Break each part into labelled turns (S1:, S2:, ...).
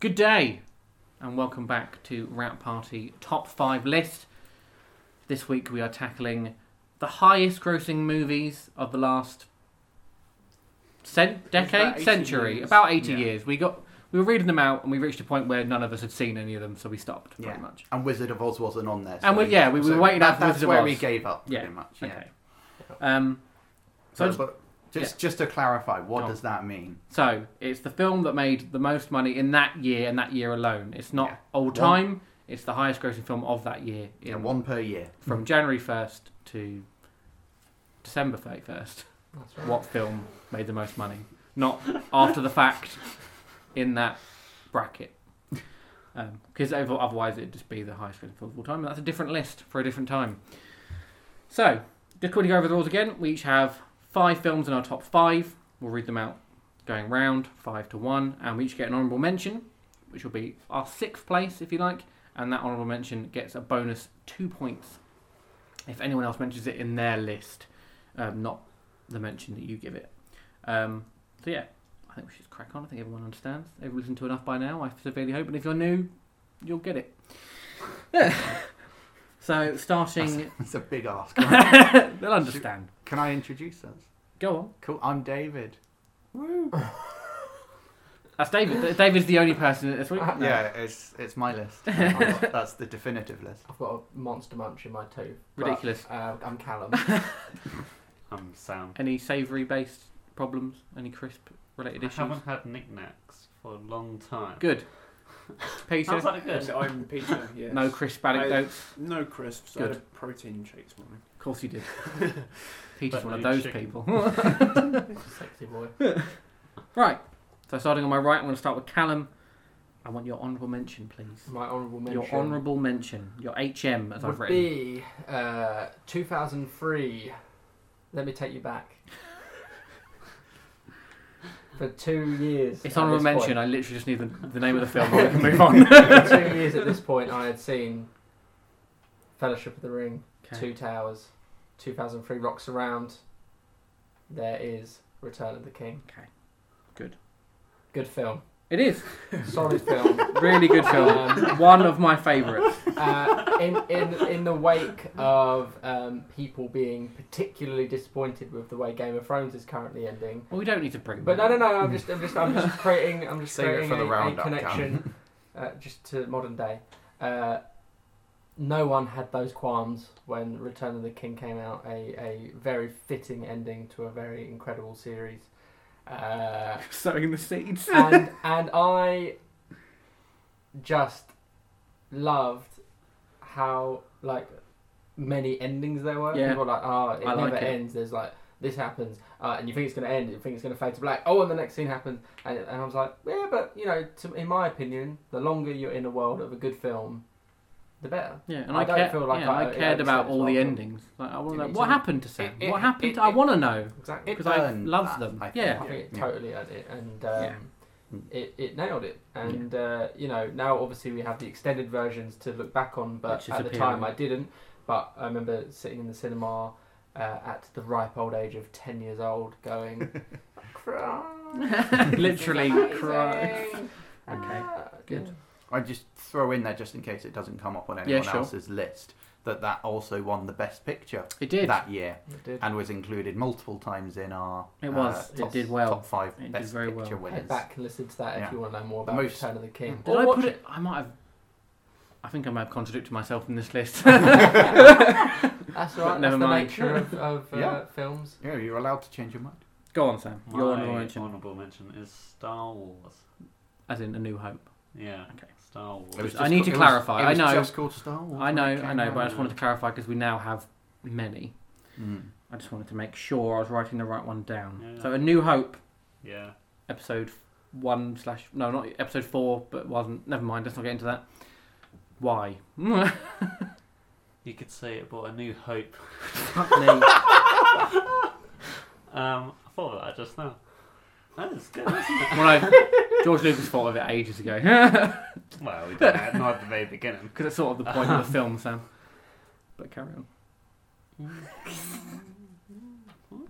S1: Good day, and welcome back to Rat Party Top 5 List. This week we are tackling the highest grossing movies of the last cent-
S2: about
S1: decade,
S2: 80
S1: century,
S2: years.
S1: about 80
S2: Yeah.
S1: years. We got we were reading them out and we reached a point where none of us had seen any of them, so we stopped pretty
S2: Yeah.
S1: much.
S3: And Wizard of Oz wasn't on there.
S1: And we- yeah, we were waiting out
S3: that,
S1: for
S3: That's
S1: Wizard of
S3: where
S1: Oz.
S3: we gave up,
S1: Yeah.
S3: pretty much. Yeah.
S1: Okay. Um,
S3: So,
S1: So-
S3: but just just to clarify, what
S1: Go on.
S3: does that mean?
S1: so it's the film that made the most money in that year and that year alone. It's not
S3: Yeah.
S1: all
S3: One-
S1: time. It's the highest grossing film of that year
S3: Yeah,
S1: in
S3: one per year.
S1: from January 1st to December 31st,
S4: That's right.
S1: what film made the most money? Not after the fact in that bracket. Because otherwise it'd just be the highest rated film of all time. and That's a different list for a different time. So, just quickly go over the rules again. We each have five films in our top five. We'll read them out going round, five to one. And we each get an honourable mention, which will be our sixth place, if you like. And that honourable mention gets a bonus two points if anyone else mentions it in their list, um, not the mention that you give it. Um, so yeah, I think we should crack on. I think everyone understands. They've listened to enough by now. I severely hope, and if you're new, you'll get it. so starting,
S3: That's a big ask.
S1: they'll understand.
S3: Can I introduce us?
S1: Go on.
S3: Cool. I'm David.
S1: That's David. Th- David's the only person this week.
S3: Yeah, it's it's my list. That's the definitive list.
S4: I've got a monster munch in my tooth. but,
S1: Ridiculous.
S4: uh, I'm Callum.
S2: I'm Sam.
S1: Any savoury based problems? Any crisp related
S2: I
S1: issues?
S2: haven't had knickknacks for a long time.
S1: Good. Peter,
S2: Sounds like a good.
S5: And I'm Peter. Yes.
S1: no crisp anecdotes.
S5: No crisps. I
S1: Good.
S5: had a protein shake this morning.
S1: Of course you did. Peter's
S2: But
S1: one of
S2: no
S1: those
S2: chicken.
S1: people.
S4: Sexy boy.
S1: Right. So starting on my right, I'm going to start with Callum. I want your honourable mention, please.
S4: My honourable mention.
S1: Your honourable mention, your HM, as
S4: would
S1: I've written.
S4: be uh, 2003. Let me take you back. For two years.
S1: It's
S4: at
S1: honourable
S4: this
S1: mention.
S4: point-
S1: I literally just need the, the name of the film. and we can move on.
S4: For two years at this point, I had seen Fellowship of the Ring,
S1: Okay.
S4: Two Towers, 2003 Rocks Around. There is Return of the King.
S1: Okay. Good.
S4: Good film.
S1: It is
S4: Solid film.
S1: really good film.
S4: Um,
S1: one of my favourites.
S4: uh, in, in, in the wake of um, people being particularly disappointed with the way Game of Thrones is currently ending.
S1: Well, we don't need to bring.
S4: But no,
S1: that
S4: no,
S1: up.
S4: no. I'm just, I'm just, I'm just creating, I'm just
S3: Save it
S4: creating
S3: for the
S4: a, a
S3: roundup,
S4: connection, uh, just to modern day. Uh, no one had those qualms when Return of the King came out. A, a very fitting ending to a very incredible series. Uh,
S1: Sowing the seeds.
S4: and and I just loved how like many endings there were.
S1: Yeah.
S4: People were like, oh, it
S1: I
S4: never
S1: like it.
S4: ends. There's like this happens, uh, and you think it's gonna end, you think it's gonna fade to black. Oh, and the next scene happens, and, and I was like, yeah, but you know, to, in my opinion, the longer you're in a world of a good film, the better.
S1: Yeah, and I,
S4: I don't
S1: care-
S4: feel like
S1: yeah,
S4: I-
S1: I cared
S4: I
S1: about all the
S4: understand.
S1: endings. Like, I want to
S4: It
S1: know
S4: needs
S1: what
S4: to be-
S1: happened to Sam.
S5: it-
S1: what
S5: it-
S1: happened?
S5: it-
S1: I want to know
S4: Exactly.
S1: because I
S3: earned
S1: love
S3: that,
S1: them.
S3: I think.
S1: yeah.
S4: I think it
S3: Yeah.
S4: totally had it, and um,
S1: Yeah.
S4: it, it nailed it. And uh, you know, now obviously we have the extended versions to look back on,
S1: Which
S4: but
S1: is
S4: at the
S1: appealing.
S4: time I didn't. But I remember sitting in the cinema uh, at the ripe old age of ten years old, going, "Cry,
S1: Literally cry.
S4: Okay, good.
S3: I just throw in there just in case it doesn't come up on
S1: Yeah,
S3: anyone
S1: sure.
S3: else's list that that also won the Best Picture
S1: It did.
S3: that year
S4: It did.
S3: and was included multiple times in our
S1: It was.
S3: uh,
S1: it
S4: top-
S1: did well.
S3: top five
S1: It did
S3: Best
S1: very well.
S3: Picture
S4: Head
S3: winners.
S4: back and listen to that
S3: Yeah.
S4: if you want to know more about
S3: Most-
S4: Return of the King.
S1: Did
S4: Or
S1: I
S4: watch
S1: put it? I might have. I think I might have contradicted myself in this list.
S4: That's all right.
S1: never
S4: that's the
S1: mind.
S4: nature of, of uh,
S3: Yeah.
S4: films.
S3: Yeah, you're allowed to change your mind.
S1: Go on, Sam.
S2: My
S1: Your honourable mention,
S2: honourable mention is Star Wars.
S1: as in A New Hope.
S2: Yeah.
S1: Okay.
S2: Star Wars.
S3: It was
S1: I need
S3: ca-
S1: to
S3: it was-
S1: clarify.
S3: it
S1: I
S3: was
S1: know.
S3: Just called Star Wars
S1: I
S3: when
S1: know,
S3: it
S1: I
S3: came
S1: know,
S3: out.
S1: but I just wanted to clarify because we now have many.
S3: Mm.
S1: I just wanted to make sure I was writing the right one down.
S2: Yeah.
S1: So, A New Hope,
S2: Yeah.
S1: episode one slash no, not episode four, but wasn't. Never mind. Let's not get into that. Why? Fuck
S2: You could say it brought a new hope.
S1: me.
S2: Um, I thought of that just now. That is good, isn't it?
S1: Well, no, George Lucas thought of it ages ago because
S2: well, we did that not at the very beginning.
S1: it's sort of the point of the film, Sam. But carry on.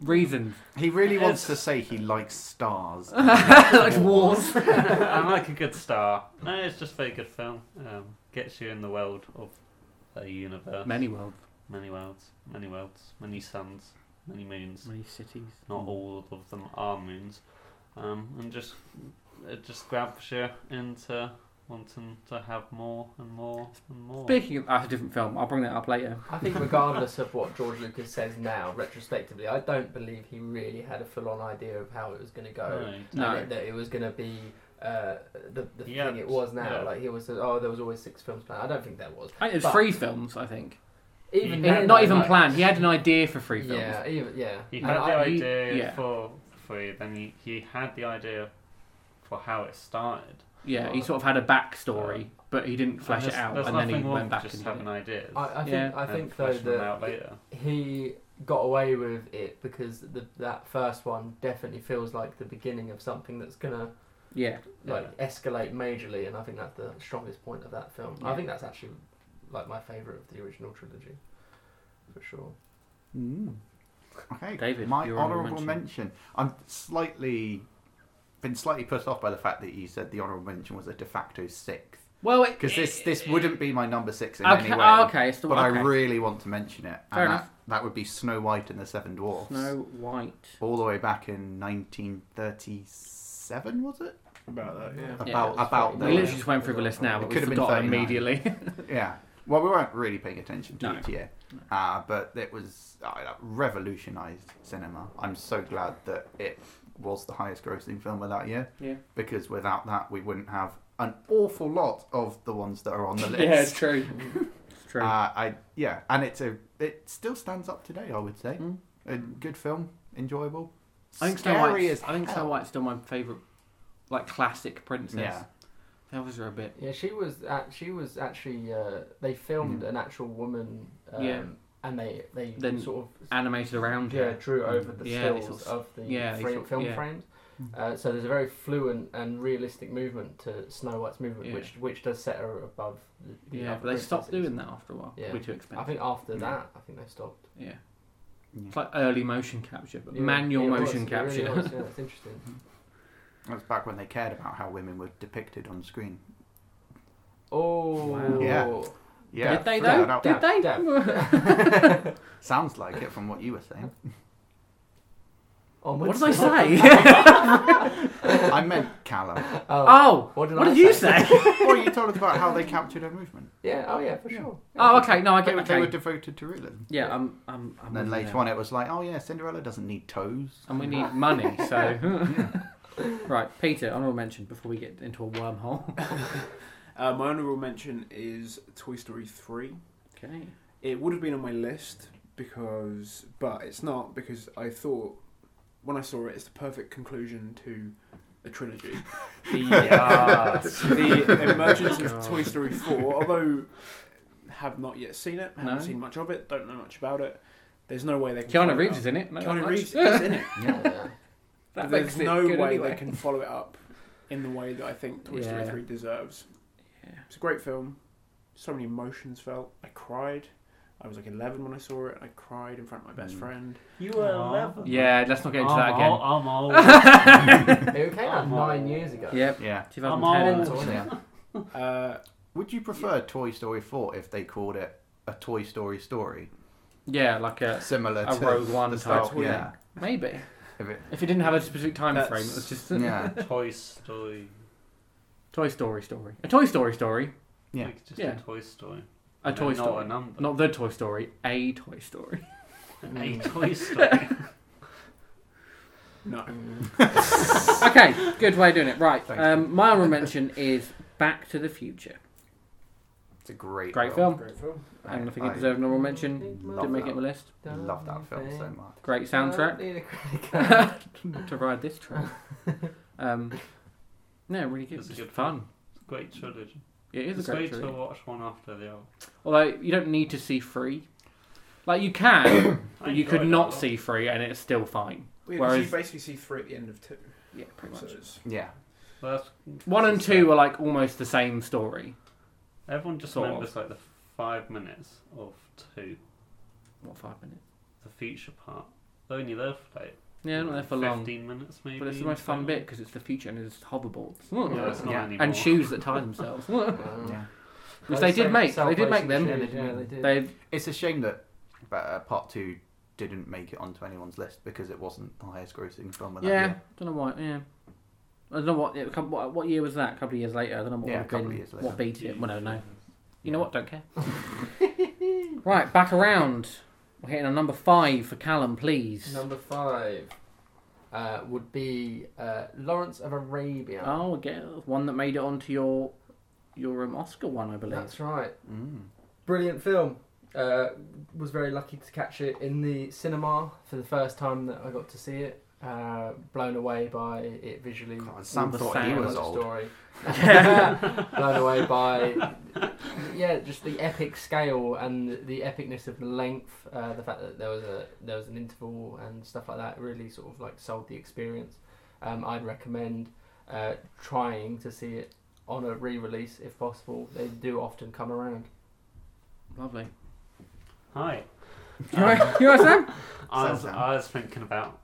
S1: reasons.
S3: He really wants
S2: It's-
S3: to say he likes stars.
S1: Likes wars.
S2: I like a good star. No, it's just a very good film. Um, gets you in the world of a universe.
S1: Many worlds,
S2: Many worlds. Many worlds. Many suns. Many moons.
S1: many cities.
S2: Not all of them are moons. Um, and just it just grabs you into wanting to have more and more and more.
S1: Speaking of that's a different film, I'll bring that up later.
S4: I think, regardless of what George Lucas says now, retrospectively, I don't believe he really had a full-on idea of how it was going to go.
S2: Right.
S1: No.
S4: And it- that it was going to be uh, the, the
S2: Yeah,
S4: thing it was now.
S2: yeah.
S4: Like he was, oh, there was always six films planned. I don't think there was.
S1: I think It's
S4: But-
S1: three films, I think.
S4: Even
S2: Yeah,
S4: then,
S1: not
S4: though,
S1: even
S4: like-
S1: planned. He had an idea for three films.
S4: Yeah, even yeah.
S2: He
S4: And
S2: had the
S4: I-
S1: he-
S2: idea
S1: yeah.
S2: for for then he, he had the idea for how it started.
S1: Yeah, he sort of had a backstory, but he didn't flesh
S2: And
S1: it
S2: there's-
S1: out,
S2: there's
S1: and then he
S2: nothing wrong
S1: went
S2: with
S1: back and
S2: just
S1: did
S2: having
S1: it.
S2: ideas.
S4: I, I think
S1: Yeah.
S4: I
S2: and
S4: think though
S2: fleshing them
S4: that
S2: out later.
S4: he got away with it because the, that first one definitely feels like the beginning of something that's gonna
S1: Yeah,
S4: like escalate majorly, and I think that's the strongest point of that film. I
S1: Yeah.
S4: think that's actually like my favourite of the original trilogy, for sure.
S3: Okay,
S1: Hmm. David,
S3: my
S1: your honourable
S3: honourable mention. I'm slightly been slightly put off by the fact that you said the honourable mention was a de facto sixth
S1: well,
S3: because this this wouldn't be my number six in
S1: okay,
S3: any way.
S1: oh, okay, it's the
S3: But I
S1: one. okay.
S3: really want to mention it,
S1: Fair
S3: and
S1: enough.
S3: that, that would be Snow White and the Seven Dwarfs,
S1: Snow White.
S3: all the way back in 1937, was it?
S5: About that, yeah.
S3: About
S1: Yeah,
S4: it was
S3: about
S1: We
S4: No,
S1: literally
S4: yeah.
S1: just went through the list now, but
S3: It
S1: we
S3: could have been
S1: forgot
S3: 39.
S1: immediately.
S3: Yeah. Well, we weren't really paying attention to
S1: No.
S3: it here,
S1: No.
S3: uh, but it was uh, that revolutionised cinema. I'm so glad that it was the highest grossing film of that year
S1: yeah,
S3: because without that, we wouldn't have an awful lot of the ones that are on the
S1: yeah, it's
S3: list.
S1: true. It's true.
S3: uh, I yeah, and it's a it still stands up today. I would say
S1: Mm.
S3: a good film, enjoyable.
S1: I think Snow
S3: Scary
S1: White's,
S3: as
S1: I think Snow
S3: hell.
S1: White's still my favourite, like classic princess.
S3: Yeah.
S1: The others are a bit.
S4: Yeah, she was. At, she was actually. Uh, they filmed an actual woman. Um,
S1: Mm. Yeah.
S4: and they they
S1: Then
S4: sort of
S1: Animated around
S4: yeah,
S1: her.
S4: drew over the
S1: Yeah, they
S4: stills
S1: sort
S4: of the
S1: yeah, they
S4: frame-
S1: sort-
S4: film
S1: yeah. Mm.
S4: frames. Uh, so there's a very fluent and realistic movement to Snow White's movement,
S1: Yeah.
S4: which which does set her above. The, the
S1: Yeah,
S4: other
S1: but they stopped
S4: princesses.
S1: doing that after a while.
S4: Yeah.
S1: We're too
S4: I
S1: expensive.
S4: think after
S3: Yeah.
S4: that, I think they stopped.
S1: yeah.
S3: Yeah.
S1: It's like early motion capture, but
S4: Yeah,
S1: manual
S4: it was,
S1: motion
S4: it really
S1: capture.
S4: was, yeah, it's interesting.
S3: That was back when they cared about how women were depicted on screen.
S4: Oh,
S1: Wow.
S3: Yeah. Yeah,
S1: Did they
S3: without
S1: though?
S3: a doubt.
S1: Did they?
S3: Sounds like it from what you were saying.
S1: what
S4: Onwards.
S1: did I say?
S3: I meant Callum.
S1: oh,
S4: What did
S1: what
S4: I
S1: did you
S4: say?
S1: say?
S3: Well, you told us about how they captured her movement.
S4: Yeah. Oh, yeah, for
S3: Yeah.
S4: sure.
S1: oh, okay. No, I
S3: They,
S1: get.
S3: were- they were
S1: Okay.
S3: devoted to ruling.
S1: Yeah, I'm. I'm. I'm
S3: And then
S1: with you
S3: later
S1: now.
S3: on, it was like, oh yeah, Cinderella doesn't need toes.
S1: and we need money. So, right, Peter, honourable mention before we get into a wormhole.
S5: Uh, my honourable mention is Toy Story 3.
S1: Okay.
S5: It would have been on my list because, but it's not because I thought when I saw it, it's the perfect conclusion to a trilogy.
S2: Yes.
S5: uh, the emergence
S1: Oh God.
S5: of Toy Story 4, although have not yet seen it, haven't
S1: No.
S5: seen much of it, don't know much about it. There's no way they can. follow
S1: Keanu
S5: it
S1: Reeves
S5: up.
S1: is in it. No,
S5: Keanu
S1: not
S5: Reeves
S1: much.
S5: is in it.
S3: Yeah.
S4: Yeah.
S1: that
S5: There's
S1: makes it
S5: no
S1: good
S5: way
S1: anyway.
S5: they can follow it up in the way that I think Toy Story
S1: Yeah.
S5: 3 deserves.
S1: Yeah.
S5: It's a great film. So many emotions felt. I cried. I was like 11 when I saw it. I cried in front of my best
S3: Mm.
S5: friend.
S2: You were
S4: Aw.
S2: eleven.
S1: Yeah, let's not get into that
S2: I'm
S1: again.
S2: old- I'm old.
S4: It came out
S2: Oh.
S4: nine years ago.
S1: Yep.
S3: Yeah.
S1: 2010.
S2: old.
S3: Yeah.
S5: Uh,
S3: Would you prefer Toy Story 4 if they called it a Toy Story story?
S1: Yeah, like a
S3: Similar
S1: A
S3: to
S1: Rogue One
S3: the Star
S1: type.
S3: Yeah.
S1: maybe
S3: If it,
S1: if it didn't have a specific time
S5: That's-
S1: frame, it was just a
S3: yeah.
S2: Toy Story.
S1: Toy Story story. A Toy Story story.
S3: Yeah.
S2: Like just
S1: Yeah.
S2: a Toy Story.
S1: A
S2: And
S1: Toy
S2: then not
S1: Story.
S2: a number.
S1: Not the Toy Story. A Toy Story.
S4: Mm.
S2: a Toy Story.
S5: no.
S1: okay, good way of doing it. Right.
S3: Thanks,
S1: Um, my honorable mention is Back to the Future.
S3: It's a great,
S1: Great film.
S5: Great film.
S1: I don't think it
S3: I
S1: deserved an honorable mention. Didn't make it on the list.
S3: Love that film so much.
S1: Great soundtrack.
S4: Need a credit card.
S1: to ride this train. Um, no, really good.
S2: It's a
S1: It's
S2: good
S1: fun.
S2: Great trilogy.
S1: It is
S2: It's
S1: a great
S2: great to
S1: trilogy.
S2: watch one after the other.
S1: Although you don't need to see free. Like you can,
S2: I
S1: but you could
S2: enjoyed
S1: not
S2: that
S1: see free, and it's still fine.
S5: Yeah, 'cause
S1: Whereas-
S5: you basically see three at the end of two.
S1: Yeah, pretty
S5: So
S1: much.
S5: it's,
S3: Yeah.
S2: a lot. That's-
S1: One and
S2: that's the same.
S1: two are like almost the same story.
S2: Everyone just
S1: Sort
S2: remembers like the five minutes of two,
S1: What five minutes?
S2: the feature part. They're only there for like
S1: Yeah, not there for long.
S2: fifteen minutes maybe.
S1: But it's the most fun bit because it's the future and it's hoverboards
S2: Yeah, it's not
S3: Yeah.
S2: anymore.
S1: and shoes that tie themselves, which
S4: Um,
S3: Yeah.
S1: they
S4: those
S1: did
S4: same
S1: make. They did
S4: celebration
S1: make them.
S4: shoes, Yeah, they did.
S1: They
S3: It's a shame that uh, Part Two didn't make it onto anyone's list because it wasn't the highest grossing film of that
S1: yeah,
S3: year.
S1: don't know why. Yeah, I don't know what, it, come- what. What year was that? A couple of years later. I don't know what.
S3: Yeah,
S1: would
S3: a
S1: have
S3: couple
S1: been-
S3: of years later.
S1: What beat it? Well, I don't know. You know what? Don't care. right, back around. We're hitting on number five for Callum, please.
S4: Number five uh, would be uh, Lawrence of Arabia.
S1: Oh, again, one that made it onto your your um, Oscar one, I believe.
S4: That's right.
S3: Mm.
S4: Brilliant film. Uh, was very lucky to catch it in the cinema for the first time that I got to see it. Uh, blown away by it visually.
S3: God, Sam
S1: the
S3: thought he
S1: sound.
S3: was
S4: Like a
S3: old.
S4: Story. blown away by yeah, just the epic scale and the epicness of the length. Uh, the fact that there was a there was an interval and stuff like that really sort of like sold the experience. Um, I'd recommend uh, trying to see it on a re-release if possible. They do often come around.
S1: Lovely.
S2: Hi.
S1: You alright, you alright, Sam?
S2: I
S3: Sounds
S2: was,
S3: down.
S2: I was thinking about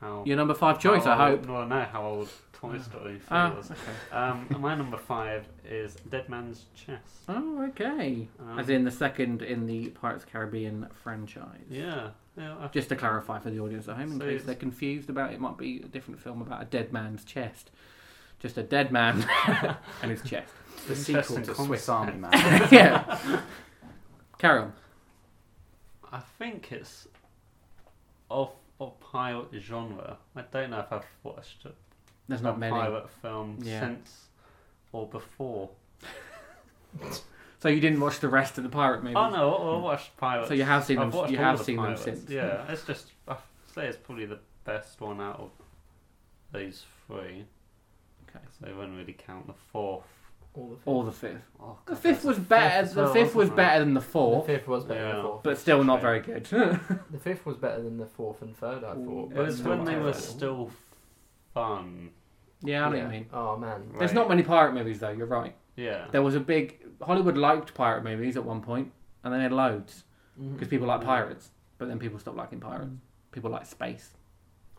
S2: how
S1: Your number five choice,
S2: how
S1: I
S2: old-
S1: hope.
S2: Well, no, how old Toy Story 3
S1: Ah,
S2: was.
S1: okay.
S2: Um, my number five is Dead Man's Chest.
S1: Oh, okay.
S2: Um,
S1: As in the second in the Pirates of the Caribbean franchise.
S2: Yeah. Yeah. I-
S1: Just to clarify for the audience at home, in
S2: So
S1: case
S2: it's-
S1: they're confused about it, it might be a different film about a dead man's chest. Just a dead man and his chest.
S3: The
S2: Chest
S3: sequel
S2: and
S3: to
S2: Conquer.
S3: Swiss Army Man.
S1: yeah. Carry on.
S2: I think it's of of pirate genre. I don't know if I've watched a,
S1: There's not
S2: a
S1: many.
S2: pirate film
S1: Yeah.
S2: since or before.
S1: So you didn't watch the rest of the pirate movies?
S2: Oh no, I, I watched pirates.
S1: So you have seen
S2: I've
S1: them-
S2: watched
S1: you
S2: all
S1: have
S2: the
S1: seen them
S2: pirates.
S1: since.
S2: Yeah, it's just I f- say it's probably the best one out of these three.
S1: Okay.
S2: So I wouldn't really count the fourth.
S4: All the fifth,
S1: Or the fifth.
S2: Oh,
S1: The
S2: God,
S1: fifth
S2: there's
S1: was
S2: a
S1: better.
S2: as
S1: the
S2: well,
S1: fifth was
S2: wasn't there?
S1: better than the
S4: the
S1: fourth,
S4: fifth was better than
S2: Yeah.
S4: the fourth.
S1: but still not very good.
S4: the fifth was better than the fourth and third. I thought.
S1: Ooh,
S2: It
S4: but
S2: was
S4: still
S2: when they were
S4: terrible.
S2: still fun.
S1: yeah, Uh-huh. I know what you
S4: Yeah.
S1: mean.
S4: Oh man.
S1: There's
S2: Right.
S1: not many pirate movies though. You're right.
S2: Yeah.
S1: There was a big Hollywood liked pirate movies at one point, and they made loads
S4: Mhm.
S1: because people like pirates. But then people stopped liking pirates. People like space.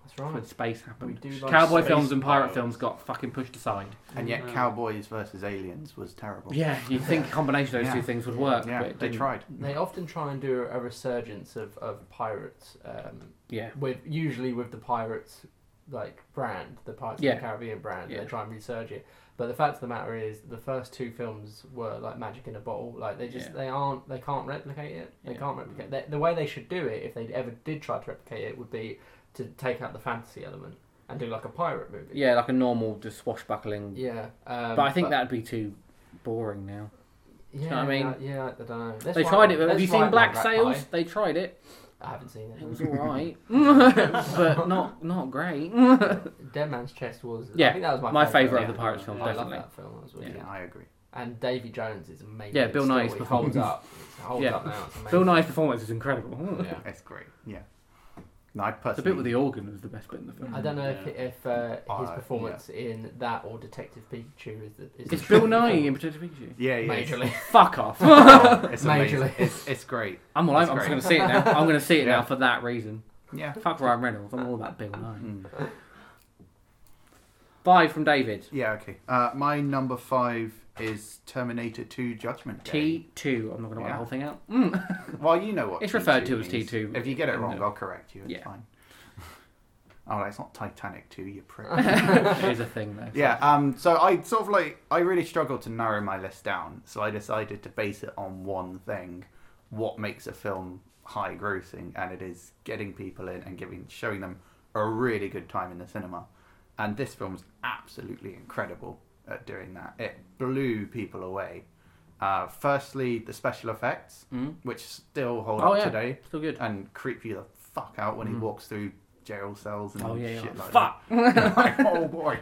S4: That's
S1: That's when
S4: right.
S1: space happened.
S4: We do like
S1: Cowboy
S4: space
S1: films and pirate
S2: pirates.
S1: films got fucking pushed aside.
S3: and yet,
S2: Yeah.
S3: Cowboys versus Aliens was terrible.
S1: Yeah, you'd think a combination of those
S3: Yeah.
S1: two things would work.
S3: Yeah,
S1: but it
S3: they
S1: didn't.
S3: tried.
S4: They often try and do a resurgence of, of pirates um,
S1: Yeah,
S4: with usually with the pirates like brand, the Pirates
S1: Yeah.
S4: of the Caribbean brand.
S1: Yeah.
S4: They try and resurge it, but the fact of the matter is, the first two films were like magic in a bottle. Like they just
S1: Yeah.
S4: they aren't they can't replicate it. They
S1: Yeah.
S4: can't replicate the, the way they should do it. If they ever did try to replicate it, would be to take out the fantasy element and do like a pirate movie.
S1: yeah, like a normal just swashbuckling.
S4: Yeah, um,
S1: but I think that'd be too boring now.
S4: Yeah,
S1: know what I mean?
S4: yeah, I don't know.
S1: they tried it. Have you seen Black Sails?
S4: Sails?
S1: They tried it.
S4: I haven't seen
S1: It
S4: it.
S1: was all right, but not not great.
S4: Dead Man's Chest was.
S1: Yeah,
S4: I think that was my,
S1: my
S4: favourite
S1: favourite of the Pirates film,
S4: I
S1: definitely.
S4: love that film. That was really
S3: Yeah,
S4: good.
S3: I agree.
S4: And Davy Jones is amazing.
S1: Yeah, Bill
S4: It still-
S1: Nye's
S4: it holds
S1: performance.
S4: up. It holds
S1: Yeah.
S4: up now. It's amazing.
S1: Bill Nye's performance is incredible.
S4: Yeah.
S3: It's great. Yeah. No, I
S1: The
S3: personally.
S1: bit with the organ was the best bit in the film.
S4: I don't know if,
S2: Yeah.
S4: if uh, his
S3: Uh,
S4: performance in that or Detective Pikachu is the. Is
S1: It's
S4: the
S1: Bill
S4: true
S1: Nye in
S4: film.
S1: Protective Pikachu.
S3: Yeah, yeah. it's-
S4: Majorly.
S1: Fuck off. I'm
S3: Oh, it's
S4: Majorly.
S3: amazing. It's, it's great.
S1: all over.
S3: That's
S1: I'm just
S3: great.
S1: going to see it now. I'm going to see it now
S3: Yeah.
S1: for that reason.
S3: Yeah.
S1: Fuck Ryan Reynolds. I'm all about Bill Nye.
S3: Mm.
S1: Five from David.
S3: Yeah, okay. Uh, my number five is Terminator 2 Judgment Day.
S1: T2. I'm not going to write the
S3: Yeah.
S1: whole thing out. Mm.
S3: Well, you know what.
S1: It's
S3: T2
S1: referred to as
S3: means.
S1: T2
S3: If you get it
S1: in
S3: wrong,
S1: the-
S3: I'll correct you. It's
S1: Yeah.
S3: fine. Oh, it's not Titanic 2, you prick.
S1: it is a thing, though.
S3: yeah, um, so I sort of like, I really struggled to narrow my list down, so I decided to base it on one thing what makes a film high grossing, and it is getting people in and giving showing them a really good time in the cinema. And this film's absolutely incredible at doing that. It blew people away. Uh, firstly, the special effects,
S1: Mm.
S3: which still hold
S1: Oh,
S3: up
S1: yeah.
S3: today
S1: Still good.
S3: and creep you the fuck out when he
S1: Mhm.
S3: walks through jail cells and
S1: Oh, yeah, yeah.
S3: shit like
S1: Fuck!
S3: that. Like, oh boy.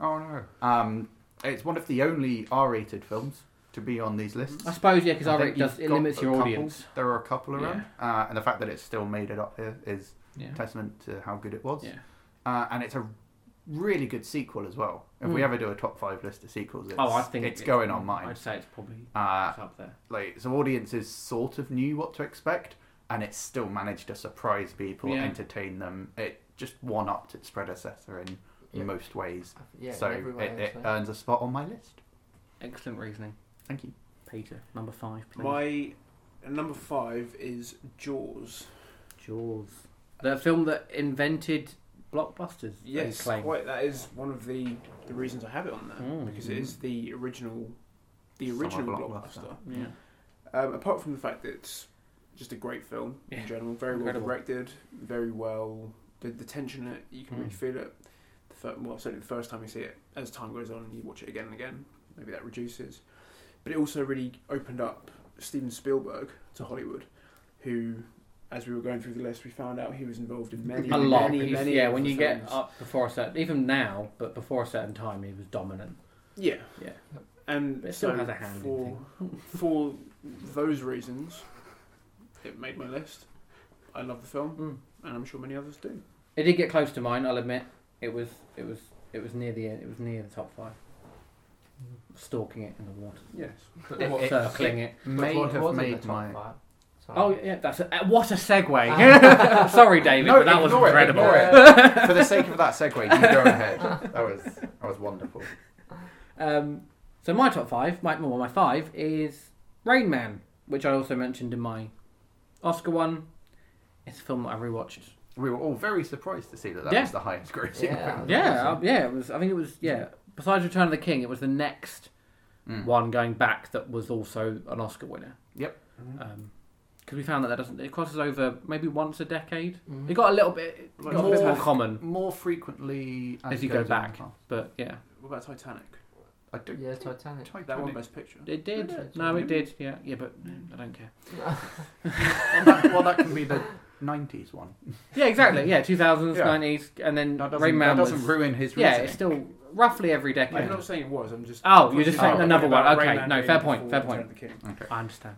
S3: Oh no. Um, it's one of the only R-rated films to be on these lists.
S1: I suppose, yeah, because
S3: I
S1: I
S3: think
S1: rate does
S3: you've
S1: it
S3: got
S1: limits
S3: a
S1: your
S3: couple.
S1: audience.
S3: There are a couple around, uh, and the fact that it's still made it up here is
S1: Yeah.
S3: testament to how good it was.
S1: Yeah.
S3: Uh, and it's a really good sequel as well. If we
S1: Mm.
S3: ever do a top five list of sequels, it's,
S1: Oh, I think
S3: it's going on
S1: I'd
S3: mine.
S1: say it's probably
S3: Uh,
S1: it's up there.
S3: like so audiences sort of knew what to expect and it still managed to surprise people,
S1: Yeah.
S3: entertain them. It just one upped its predecessor in
S4: Yeah.
S3: most ways.
S4: Yeah,
S3: so
S4: in every
S3: it,
S4: way, I'd
S3: it
S5: uh,
S4: say.
S3: earns a spot on my list.
S1: Excellent reasoning.
S3: Thank you.
S1: Peter, number five, please.
S5: My number five is Jaws.
S1: Jaws. The film that invented blockbusters. they
S5: Yes,
S1: claim.
S5: quite. That is one of the the reasons I have it on there
S1: Mm.
S5: because it is the original, the
S3: Summer
S5: original
S3: blockbuster.
S5: blockbuster.
S1: Yeah.
S5: Um, apart from the fact that it's just a great film
S1: Yeah.
S5: in general, very
S1: Incredible.
S5: well directed, very well. The, the tension in it, you can really
S1: Mm.
S5: feel it. The fir- well, certainly the first time you see it, as time goes on, you watch it again and again. Maybe that reduces, but it also really opened up Steven Spielberg to Hollywood, who, as we were going through the list, we found out he was involved in many,
S1: a lot.
S5: many,
S1: He's-
S5: many.
S1: yeah,
S5: of
S1: when
S5: the
S1: you get
S5: films.
S1: up before a certain, even now, but before a certain time, he was dominant.
S5: yeah,
S1: Yeah,
S5: And
S1: but it
S5: so
S1: still has a hand.
S5: for,
S1: in
S5: for those reasons, it made my list. I love the film,
S1: things. Mm.
S5: and I'm sure many others do.
S1: It did get close to mine. I'll admit, it was, it was, it was near the end. It was near the top five. Stalking it in the water,
S5: Yes.
S4: But
S3: it-
S4: what-
S3: it-
S1: circling it.
S3: May
S4: what
S3: have
S4: was in the
S3: made
S4: top
S3: my.
S4: five? Sorry.
S1: Oh yeah, that's a, uh, what a segue.
S4: Ah.
S1: Sorry, David,
S3: No,
S1: but that was
S3: ignore it,
S1: incredible.
S3: ignore it. For the sake of that segue, you go ahead. That was that was wonderful.
S1: Um, so my top five, my well, my five is Rain Man, which I also mentioned in my Oscar one. It's a film that I rewatched.
S3: We were all very surprised to see that that
S1: Yeah.
S3: was the highest grossing.
S4: Yeah.
S3: film.
S1: Yeah, uh, yeah, it was. I think it was. Yeah, besides Return of the King, it was the next
S3: Mm.
S1: one going back that was also an Oscar winner.
S3: Yep.
S1: Because we found that that doesn't. It crosses over maybe once a decade.
S4: Mhm.
S1: It got a little bit it got a bit more
S3: More-
S1: common,
S3: More frequently
S1: As
S3: it
S1: you go
S3: goes on
S1: back.
S3: past.
S1: but yeah,
S5: What about Titanic?
S3: I do.
S4: Yeah, Titanic.
S3: Titanic.
S5: That one Best Picture.
S1: it did.
S4: Did it?
S1: No, it did. Yeah, yeah, but I don't care.
S3: well, that, well, that can be the '90s one.
S1: Yeah, exactly. Yeah, two thousands,
S3: Yeah.
S1: nineties, and then
S3: That doesn't,
S1: Rain Man
S3: that doesn't
S1: was.
S3: ruin his.
S1: yeah,
S3: reasoning.
S1: it's still roughly every decade.
S5: I'm not saying it was. I'm just.
S1: Oh, you're just
S3: saying
S5: talking
S1: another one.
S5: about
S1: Okay,
S5: Rain Man
S1: no,
S5: being
S1: fair point, fair
S5: before Return
S1: point.
S5: of the King.
S3: Okay.
S1: I understand.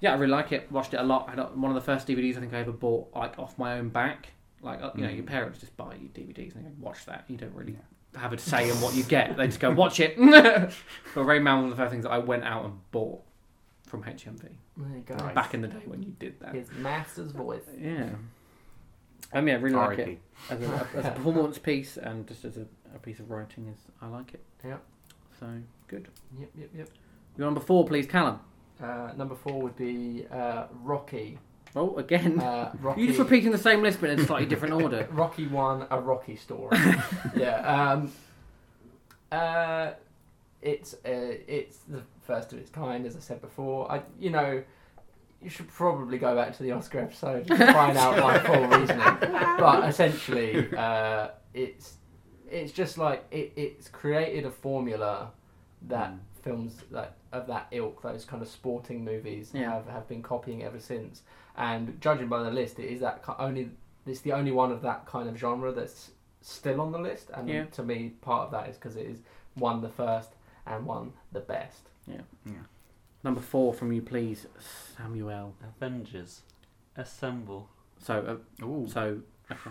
S1: Yeah, I really like it. Watched it a lot. I had a- one of the first DVDs I think I ever bought like off my own back. Like uh, you know,
S3: Mm.
S1: your parents just buy you DVDs and they go, watch that. You don't really
S3: Yeah.
S1: have a say in what you get. They just go watch it. but Rain Man was one of the first things that I went out and bought from HMV
S4: There you go.
S3: Nice.
S1: back in the day when you did that.
S4: His master's voice.
S1: Yeah. Um, yeah, I really like it.
S3: R.I.P..
S1: as a, as a performance piece and just as a, a piece of writing is I like it.
S4: Yeah.
S1: So good.
S4: Yep, yep, yep.
S1: You're number four, please, Callum.
S4: Uh, number four would be uh, Rocky.
S1: Oh, again.
S4: Uh, Rocky.
S1: You're just repeating the same list but in a slightly different order.
S4: Rocky one, a Rocky story. yeah. Um, uh, it's uh, it's the first of its kind, as I said before. I, you know, you should probably go back to the Oscar episode to find out my full reasoning. But essentially, uh, it's it's just like it, it's created a formula that
S1: Hmm.
S3: Mm.
S4: films that of that ilk, those kind of sporting movies,
S1: Yeah.
S4: have have been copying ever since. And judging by the list, it is that ki- only it's the only one of that kind of genre that's still on the list. And
S1: Yeah.
S4: to me, part of that is because it is one the first and one the best.
S1: Number four from you, please, Samuel.
S2: Avengers. Assemble.
S1: So, uh,
S3: Ooh,
S1: so okay.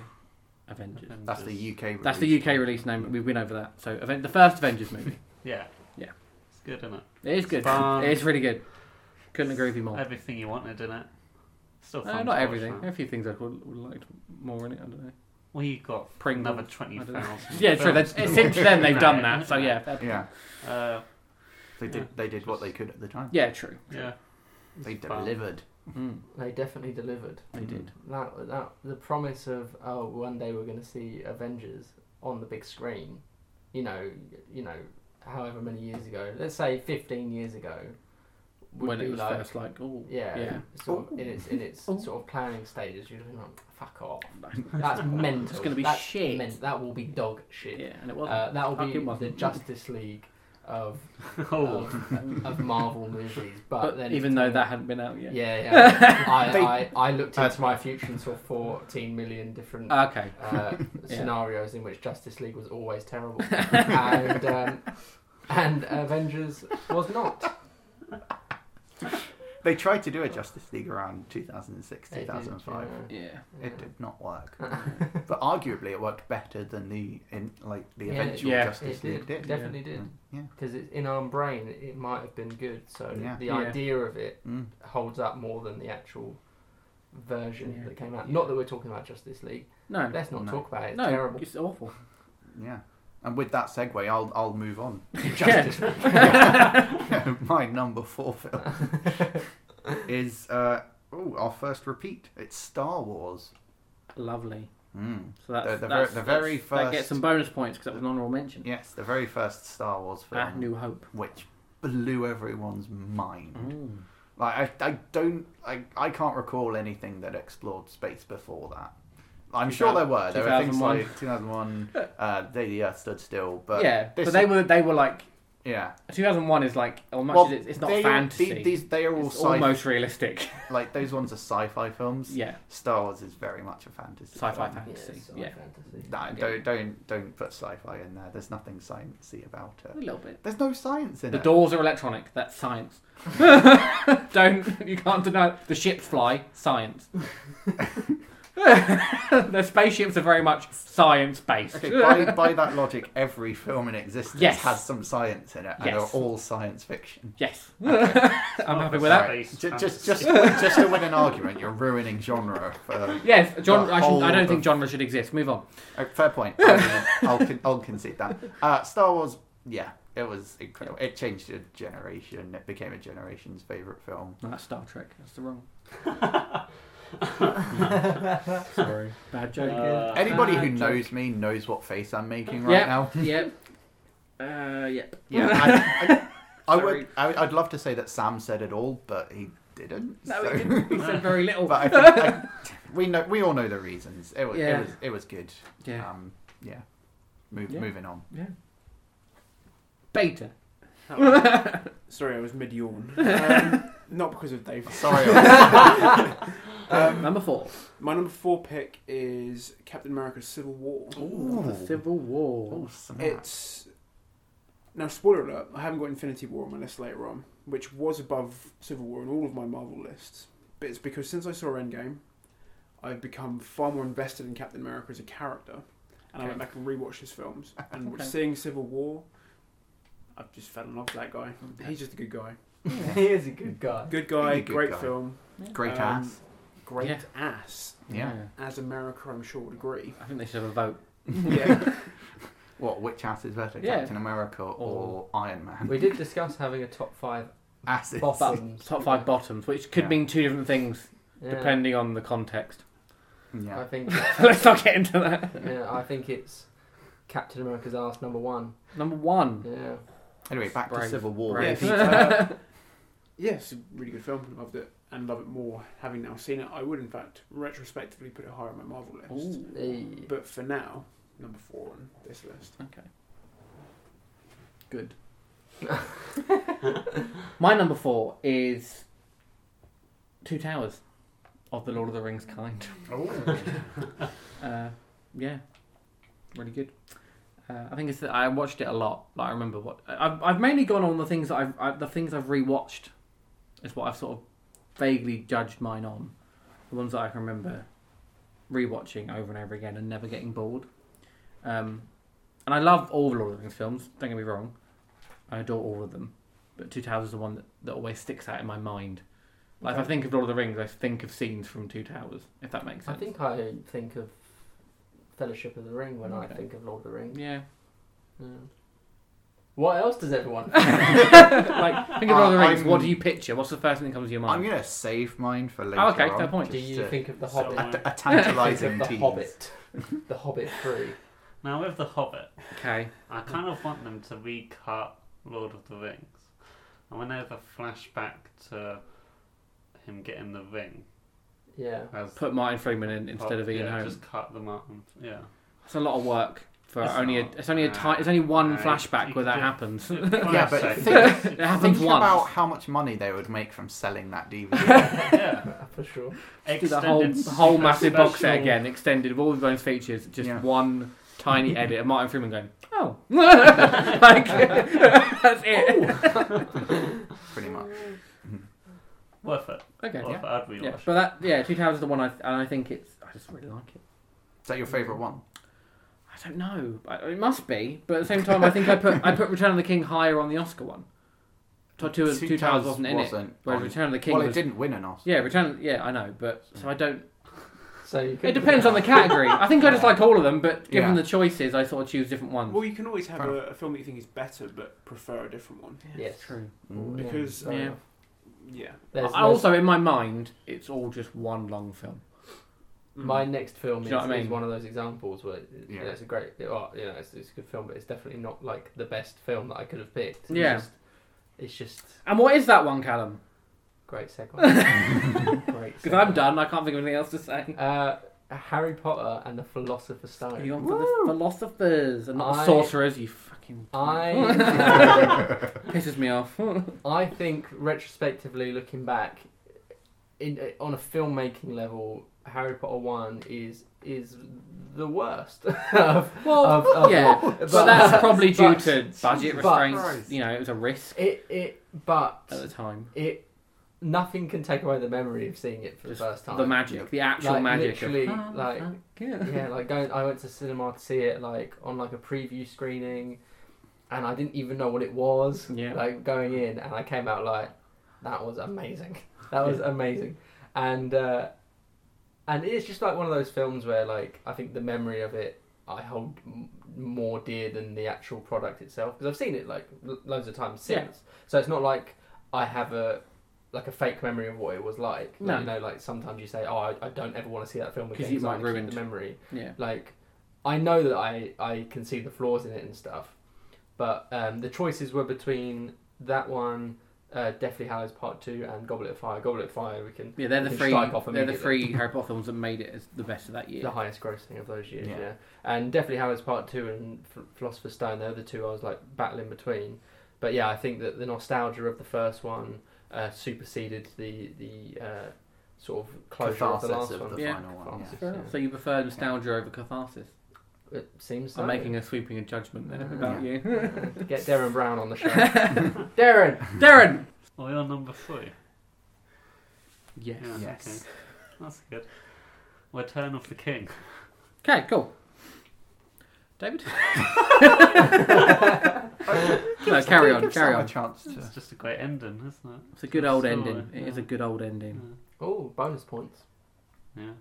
S1: Avengers.
S2: Avengers.
S3: that's the UK. Release.
S1: That's the UK release name. We've been over that. So, event, the first Avengers movie.
S2: Yeah.
S1: Yeah.
S2: It's good, isn't it?
S1: It is good.
S2: Fun.
S1: It is really good. Couldn't agree with you more.
S2: Everything you wanted, isn't it? Still fun
S1: Uh,
S2: to
S1: not
S2: watch
S1: everything.
S2: that.
S1: A few things I would, would liked more in it. I don't know.
S2: Well, you got
S1: Pringles.
S2: another
S1: don't
S2: twenty
S1: know.
S2: thousand.
S1: Yeah, true. That's, since then they've
S2: No.
S1: done that. So yeah, fair-
S3: Yeah,
S2: Uh,
S3: they did.
S2: Yeah.
S3: They did what they could at the time.
S1: yeah, true.
S2: yeah.
S3: They
S2: It's fun.
S3: delivered.
S1: Mm,
S4: They definitely delivered.
S1: they did.
S4: That that the promise of oh one day we're going to see Avengers on the big screen, you know, you know, however many years ago, let's say fifteen years ago, would
S1: When
S4: be
S1: it was
S4: like,
S1: first, like, oh,
S4: yeah,
S1: yeah. Oh.
S4: sort of in its in its
S1: Ooh.
S4: sort of planning stages, you're looking like fuck off, that's mental,
S1: It's gonna be
S4: that's
S1: shit.
S4: men- that will be dog shit.
S1: yeah, and it wasn't.
S4: Uh, that will
S1: Fuck,
S4: be
S1: it wasn't.
S4: the Justice League of um,
S2: Oh,
S4: of, of Marvel movies, but,
S1: but
S4: then
S1: even
S4: it's-
S1: though that hadn't been out yet.
S4: yeah, yeah. I,
S3: They-
S4: I, I looked
S3: Uh,
S4: into my future and saw 14 million different
S1: Yeah. Okay.
S4: uh,
S1: Yeah.
S4: scenarios in which Justice League was always terrible, and um, and Avengers was not.
S3: They tried to do a Justice League around 2006,
S4: They did,
S3: 2005.
S1: Yeah.
S4: yeah.
S3: It did not work. but arguably, it worked better than the in, like the
S4: Yeah,
S3: eventual
S1: yeah.
S3: Justice
S4: It
S3: League
S4: did,
S3: did.
S4: definitely did.
S3: Mm, Yeah.
S4: Because in our brain, it might have been good. So
S3: Yeah.
S4: the
S1: Yeah.
S4: idea of it
S3: Mm.
S4: holds up more than the actual version
S1: Yeah.
S4: that came out. Not that we're talking about Justice League.
S1: No,
S4: Let's not
S3: No.
S4: talk about it. It's
S1: no,
S4: terrible.
S1: it's awful.
S3: Yeah. And with that segue, I'll I'll move on.
S4: Justice
S3: My number four film is uh, ooh, our first repeat. It's Star Wars.
S1: Lovely.
S3: Mm.
S1: So that's,
S3: The- the ver-
S1: that's
S3: the very
S1: that's- That gets
S3: first-
S1: some bonus points because that was an honourable mention.
S3: Yes, the very first Star Wars film,
S1: Ah, New Hope.
S3: which blew everyone's mind.
S1: Mm-hmm.
S3: Like I, I don't, I, I can't recall anything that explored space before that. I'm sure there were. There were things
S1: 2001.
S3: like 2001, uh, Day the Earth Stood Still, but
S1: yeah,
S3: this
S1: but they
S3: is-
S1: were they were like
S3: yeah.
S1: 2001 is like as much
S3: Well,
S1: as it's, it's not
S3: they-
S1: fantasy.
S3: the- These they are all
S1: it's
S3: sci-
S1: almost realistic.
S3: like those ones are sci-fi films.
S1: yeah,
S3: Star Wars is very much a fantasy.
S1: Sci-fi
S3: film.
S4: Yeah,
S1: fantasy.
S4: sci-fi
S1: Yeah,
S4: fantasy.
S3: No,
S1: I get
S3: don't
S1: it.
S3: don't don't put sci-fi in there. There's nothing sciencey about
S1: a
S3: it.
S1: little bit.
S3: There's no science in
S1: The
S3: it.
S1: doors are electronic. That's science. Don't you can't deny the ships fly. Science. the spaceships are very much science based.
S3: Okay, by, by that logic, every film in existence
S1: Yes.
S3: has some science in it, and
S1: Yes.
S3: they're all science fiction.
S1: Yes,
S2: It's
S1: I'm
S2: not
S1: happy
S2: a
S1: with that.
S2: space
S3: Ju- Just, just,
S2: fantasy.
S3: just to win an argument, you're ruining genre. For,
S1: Yes, John.
S3: The
S1: I, shouldn't- I
S3: whole
S1: don't think
S3: of-
S1: genre should exist. Move on.
S3: uh, fair point. I'll, I'll, con- I'll concede that. Uh, Star Wars, yeah, it was incredible. It changed a generation. It became a generation's favorite film.
S1: No, Oh, that's Star Trek. That's the wrong. Sorry, bad joke.
S2: Uh,
S3: Anybody
S1: bad
S3: who
S1: joke.
S3: knows me knows what face I'm making right
S1: Yep.
S3: now.
S1: Yep. Uh, yep.
S3: Yeah, I, I, I
S1: Sorry.
S3: would. I, would- I'd love to say that Sam said it all, but he didn't.
S1: No,
S3: so-
S1: he didn't. He said very little.
S3: but I think I, we know we all know the reasons. It was
S1: Yeah.
S3: it was it was good.
S1: yeah.
S3: Um, yeah. Move,
S1: Yeah.
S3: Moving on.
S1: Beta.
S5: That was- Sorry, I was mid yawn. Um, not because of Dave.
S3: Sorry. I
S1: Number four.
S5: My number four pick is Captain America's Civil War.
S3: Ooh.
S1: The Civil War.
S3: was- oh, snap.
S5: It's now spoiler alert. I haven't got Infinity War on my list later on, which was above Civil War on all of my Marvel lists. But it's because since I saw Endgame, I've become far more invested in Captain America as a character, and I went
S1: Okay.
S5: back and rewatched his films. And
S1: Okay.
S5: seeing Civil War, I've just fell in love with that guy. He's just a good guy.
S4: he is a good guy.
S5: Good guy.
S3: He's a good
S5: great
S3: guy.
S5: film.
S3: Great
S5: um,
S3: ass.
S5: Great
S1: Yeah.
S5: ass.
S3: Yeah.
S5: As America, I'm sure would agree.
S1: I think they should have a vote.
S5: Yeah.
S3: What? Which ass is better,
S1: Yeah.
S3: Captain America or, Iron Man?
S4: We did discuss having a top five
S3: Ass is-
S4: bottoms.
S1: Top five bottoms, which could
S3: Yeah.
S1: mean two different things
S4: Yeah.
S1: depending on the context.
S4: I
S3: Yeah.
S4: think.
S1: Let's not get into that.
S4: yeah, I think it's Captain America's ass number one.
S1: Number one.
S4: Yeah.
S3: Anyway, back to
S1: Brave.
S3: Civil War.
S1: Brave.
S3: Pete.
S5: uh, yeah, it's a really good film. Loved it and love it more having now seen it. I would, in fact, retrospectively put it higher on my Marvel list.
S4: The-
S5: But for now, number four on this list.
S1: Good. My number four is Two Towers of the Lord of the Rings kind.
S3: Oh.
S1: Uh, yeah, really good. Uh, I think it's that I watched it a lot. Like I remember what I've, I've mainly gone on the things that I've I, the things I've rewatched is what I've sort of vaguely judged mine on. The ones that I can remember rewatching over and over again and never getting bored. Um, and I love all the Lord of the Rings films. Don't get me wrong, I adore all of them. But Two Towers is the one that, that always sticks out in my mind. Like if I
S5: Okay.
S1: think of Lord of the Rings, I think of scenes from Two Towers. If that makes
S4: I
S1: sense.
S4: think I think of Fellowship of the Ring when I
S1: Okay.
S4: think of Lord of the Rings.
S1: yeah.
S4: Yeah. What else does everyone?
S1: like, think of Lord of the
S3: Uh,
S1: Rings.
S3: I'm-
S1: What do you picture? What's the first thing that comes to your
S3: I'm
S1: mind?
S3: gonna save mine for later.
S1: Oh, okay,
S3: on,
S1: fair point.
S4: Do
S3: just
S4: you
S3: to-
S4: think of the
S2: So
S4: Hobbit?
S2: I-
S4: Think
S3: a, a
S4: of
S3: tantalizing
S4: the
S3: tease.
S4: Hobbit. the Hobbit Three.
S2: Now with the Hobbit,
S1: Okay.
S2: I kind of want them to recut Lord of the Rings, and when they have a flashback to him getting the ring,
S4: Yeah.
S2: as
S1: Put Martin Freeman in instead of Ian
S2: Oh, yeah,
S1: Holm.
S2: just cut them out. And, yeah,
S1: It's a lot of work for
S2: It's
S1: only
S2: not.
S1: a. It's only a
S2: Nah.
S1: ti- It's only one
S2: Nah,
S1: flashback
S2: you
S1: where that
S2: could-
S1: happens.
S3: Yeah, but
S2: Second.
S1: it
S3: think-
S1: happens
S3: Think about
S1: once.
S3: how much money they would make from selling that DVD.
S2: yeah,
S4: For sure.
S1: Do the whole
S2: Extended
S1: whole
S2: super
S1: massive box set
S2: special-
S1: again, extended with all the bonus features, just
S3: Yeah.
S1: one tiny edit of Martin Freeman going, "Oh, like that's it."
S3: pretty much.
S2: Worth it.
S1: Okay.
S2: Worth
S1: Yeah.
S2: it. I'd rewatch.
S1: Yeah,
S2: it.
S1: but that yeah, Two Towers is the one I and I think it's I just really like it.
S3: Is that your favourite one?
S1: I don't know. I- It must be, but at the same time, I think I put I put Return of the King higher on the Oscar one. T- two, two, two Towers wasn't in it. Whereas
S3: on-
S1: Return of the King
S3: well,
S1: was-
S3: it didn't win an Oscar.
S1: Yeah, Return. Yeah, I know, but so I don't.
S4: So you could,
S1: It depends on the category. I think I just
S3: Yeah.
S1: like all of them, but given
S3: Yeah.
S1: the choices, I sort of choose different ones.
S5: Well, you can always have
S3: Fair
S5: a, a film that you think is better, but prefer a different one.
S4: Yes.
S1: True.
S3: Mm.
S4: Yeah,
S5: Because-
S4: fair
S1: Yeah.
S4: enough.
S5: Yeah.
S1: I,
S4: There's- there's-
S1: also, in my mind, it's all just one long film.
S4: My next film
S1: Mm. Do
S4: is,
S1: you know what I
S4: is
S1: mean?
S4: one of those examples where you know,
S3: Yeah.
S4: it's a great, well, you know, it's, it's a good film, but it's definitely not like the best film that I could have picked. It's
S1: Yeah.
S4: just, it's just
S1: And what is that one, Callum?
S4: great segue. great.
S1: Because I'm done. I can't think of anything else to say.
S4: Uh, Harry Potter and the Philosopher's Stone.
S1: You on for the philosophers and not the
S4: I-
S1: sorcerers? You fucking
S4: I
S1: pisses me off.
S4: I think retrospectively looking back, in uh, on a filmmaking level, Harry Potter one is is the worst. of,
S1: Well,
S4: of, of
S1: yeah,
S4: what-
S1: but, that's probably due
S4: but-
S1: to budget
S4: but-
S1: restraints. you know, it was a risk
S4: It it but
S1: at the time.
S4: it nothing can take away the memory of seeing it for
S1: Just
S4: the first time.
S1: The magic, the actual
S4: like,
S1: magic. of-
S4: Literally,
S1: Oh,
S4: like
S1: fuck yeah.
S4: yeah, like going. I went to cinema to see it, like on like a preview screening, and I didn't even know what it was.
S1: Yeah.
S4: Like going in, and I came out like, that was amazing. That was amazing, and uh, and it's just like one of those films where like I think the memory of it I hold m- more dear than the actual product itself because I've seen it like lo- loads of times since.
S1: Yeah.
S4: So it's not like I have a like a fake memory of what it was like.
S1: No.
S4: You know, like sometimes you say, "Oh, I, I don't ever want to see that film again."
S1: 'Cause you
S4: I
S1: might
S4: wanna keep
S1: ruined-
S4: the memory."
S1: yeah.
S4: Like, I know that I I can see the flaws in it and stuff, but um, the choices were between that one, uh, Deathly Hallows Part Two, and Goblet of Fire. Goblet of Fire, we can
S1: Yeah, they're
S4: we
S1: the
S4: can
S1: three.
S4: strike off
S1: They're the
S4: immediately.
S1: three Harry Potter films that made it as the best of that year.
S4: the highest grossing of those years.
S3: Yeah.
S4: Yeah, and definitely Howard's Part Two and Ph- Philosopher's Stone. The other two I was like battling between, but yeah, I think that the nostalgia of the first one uh, superseded the the uh, sort of closure
S3: Catharsis
S4: of the last
S3: of
S4: one.
S3: the
S1: Yeah.
S3: final one.
S4: Catharsis.
S3: Yeah.
S1: Fair enough. So you prefer nostalgia over catharsis?
S4: It seems. So.
S1: I'm making a sweeping judgment there
S4: Mm.
S1: about you,
S4: Uh, Get Darren Brown on the show. Darren,
S1: Darren.
S2: Oh, you're number three.
S1: Yes.
S2: Yeah,
S3: Yes.
S2: Okay. That's good. Return of the King.
S1: Okay. Cool. David. no, carry on.
S3: Gives
S1: Carry
S3: Sam
S1: on.
S3: A chance
S2: It's
S3: to.
S2: just a great ending, isn't it?
S1: It's a good old
S2: Sorry,
S1: ending. It is a
S2: yeah.
S1: good old ending.
S4: oh, bonus points.
S2: Yeah.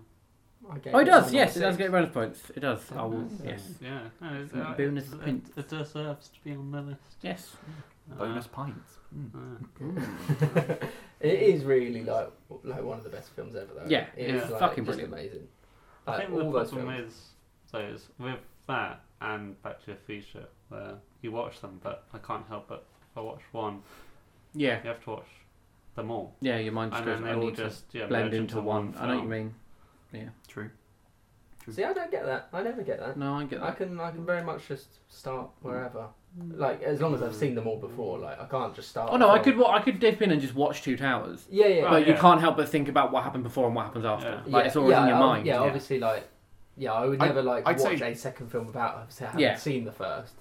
S4: I gave
S1: Oh, it does.
S4: one
S1: Yes,
S4: number
S1: it does
S4: six.
S1: get bonus points. It does. I will.
S4: Nice.
S1: Yes.
S2: Yeah. No, it's,
S1: Mm,
S2: uh,
S1: bonus
S2: it,
S1: pint.
S2: It, it deserves to be on the list.
S1: Yes.
S2: Uh,
S3: Bonus pints. Mm.
S2: yeah.
S4: It is really like like one of the best films ever, though.
S1: Yeah,
S4: it is
S2: yeah.
S4: like,
S1: Fucking
S4: just
S1: brilliant.
S4: amazing.
S2: I
S4: Like,
S2: think the
S4: Uh, all those
S2: problem
S4: films.
S2: is, so it's with that and Back to the Future, where you watch them, but I can't help but if I watch one,
S1: Yeah.
S2: you have to watch them all,
S1: Yeah. Your mind just
S2: and
S1: goes.
S2: then they
S1: I
S2: all
S1: need to
S2: just yeah,
S1: blend
S2: merge
S1: into one. I know what you
S2: film.
S1: mean. Yeah.
S3: True.
S4: See, I don't get that. I never get that.
S1: No, I get
S4: I
S1: that. Mm.
S4: can I can very much just start wherever, like as long as I've seen them all before. Like I can't just start.
S1: Oh no, I
S4: from-
S1: could. wa- I could dip in and just watch Two Towers.
S4: Yeah, yeah,
S2: Right.
S1: but you
S2: yeah.
S1: can't help but think about what happened before and what happens after.
S2: Yeah.
S1: Like it's always
S4: yeah,
S1: in your
S4: I-
S1: mind.
S4: Yeah,
S3: yeah.
S4: obviously, like yeah, I would
S3: I'd-
S4: never like
S3: I'd
S4: watch
S3: say-
S4: a second film without having
S1: Yeah.
S4: seen the first.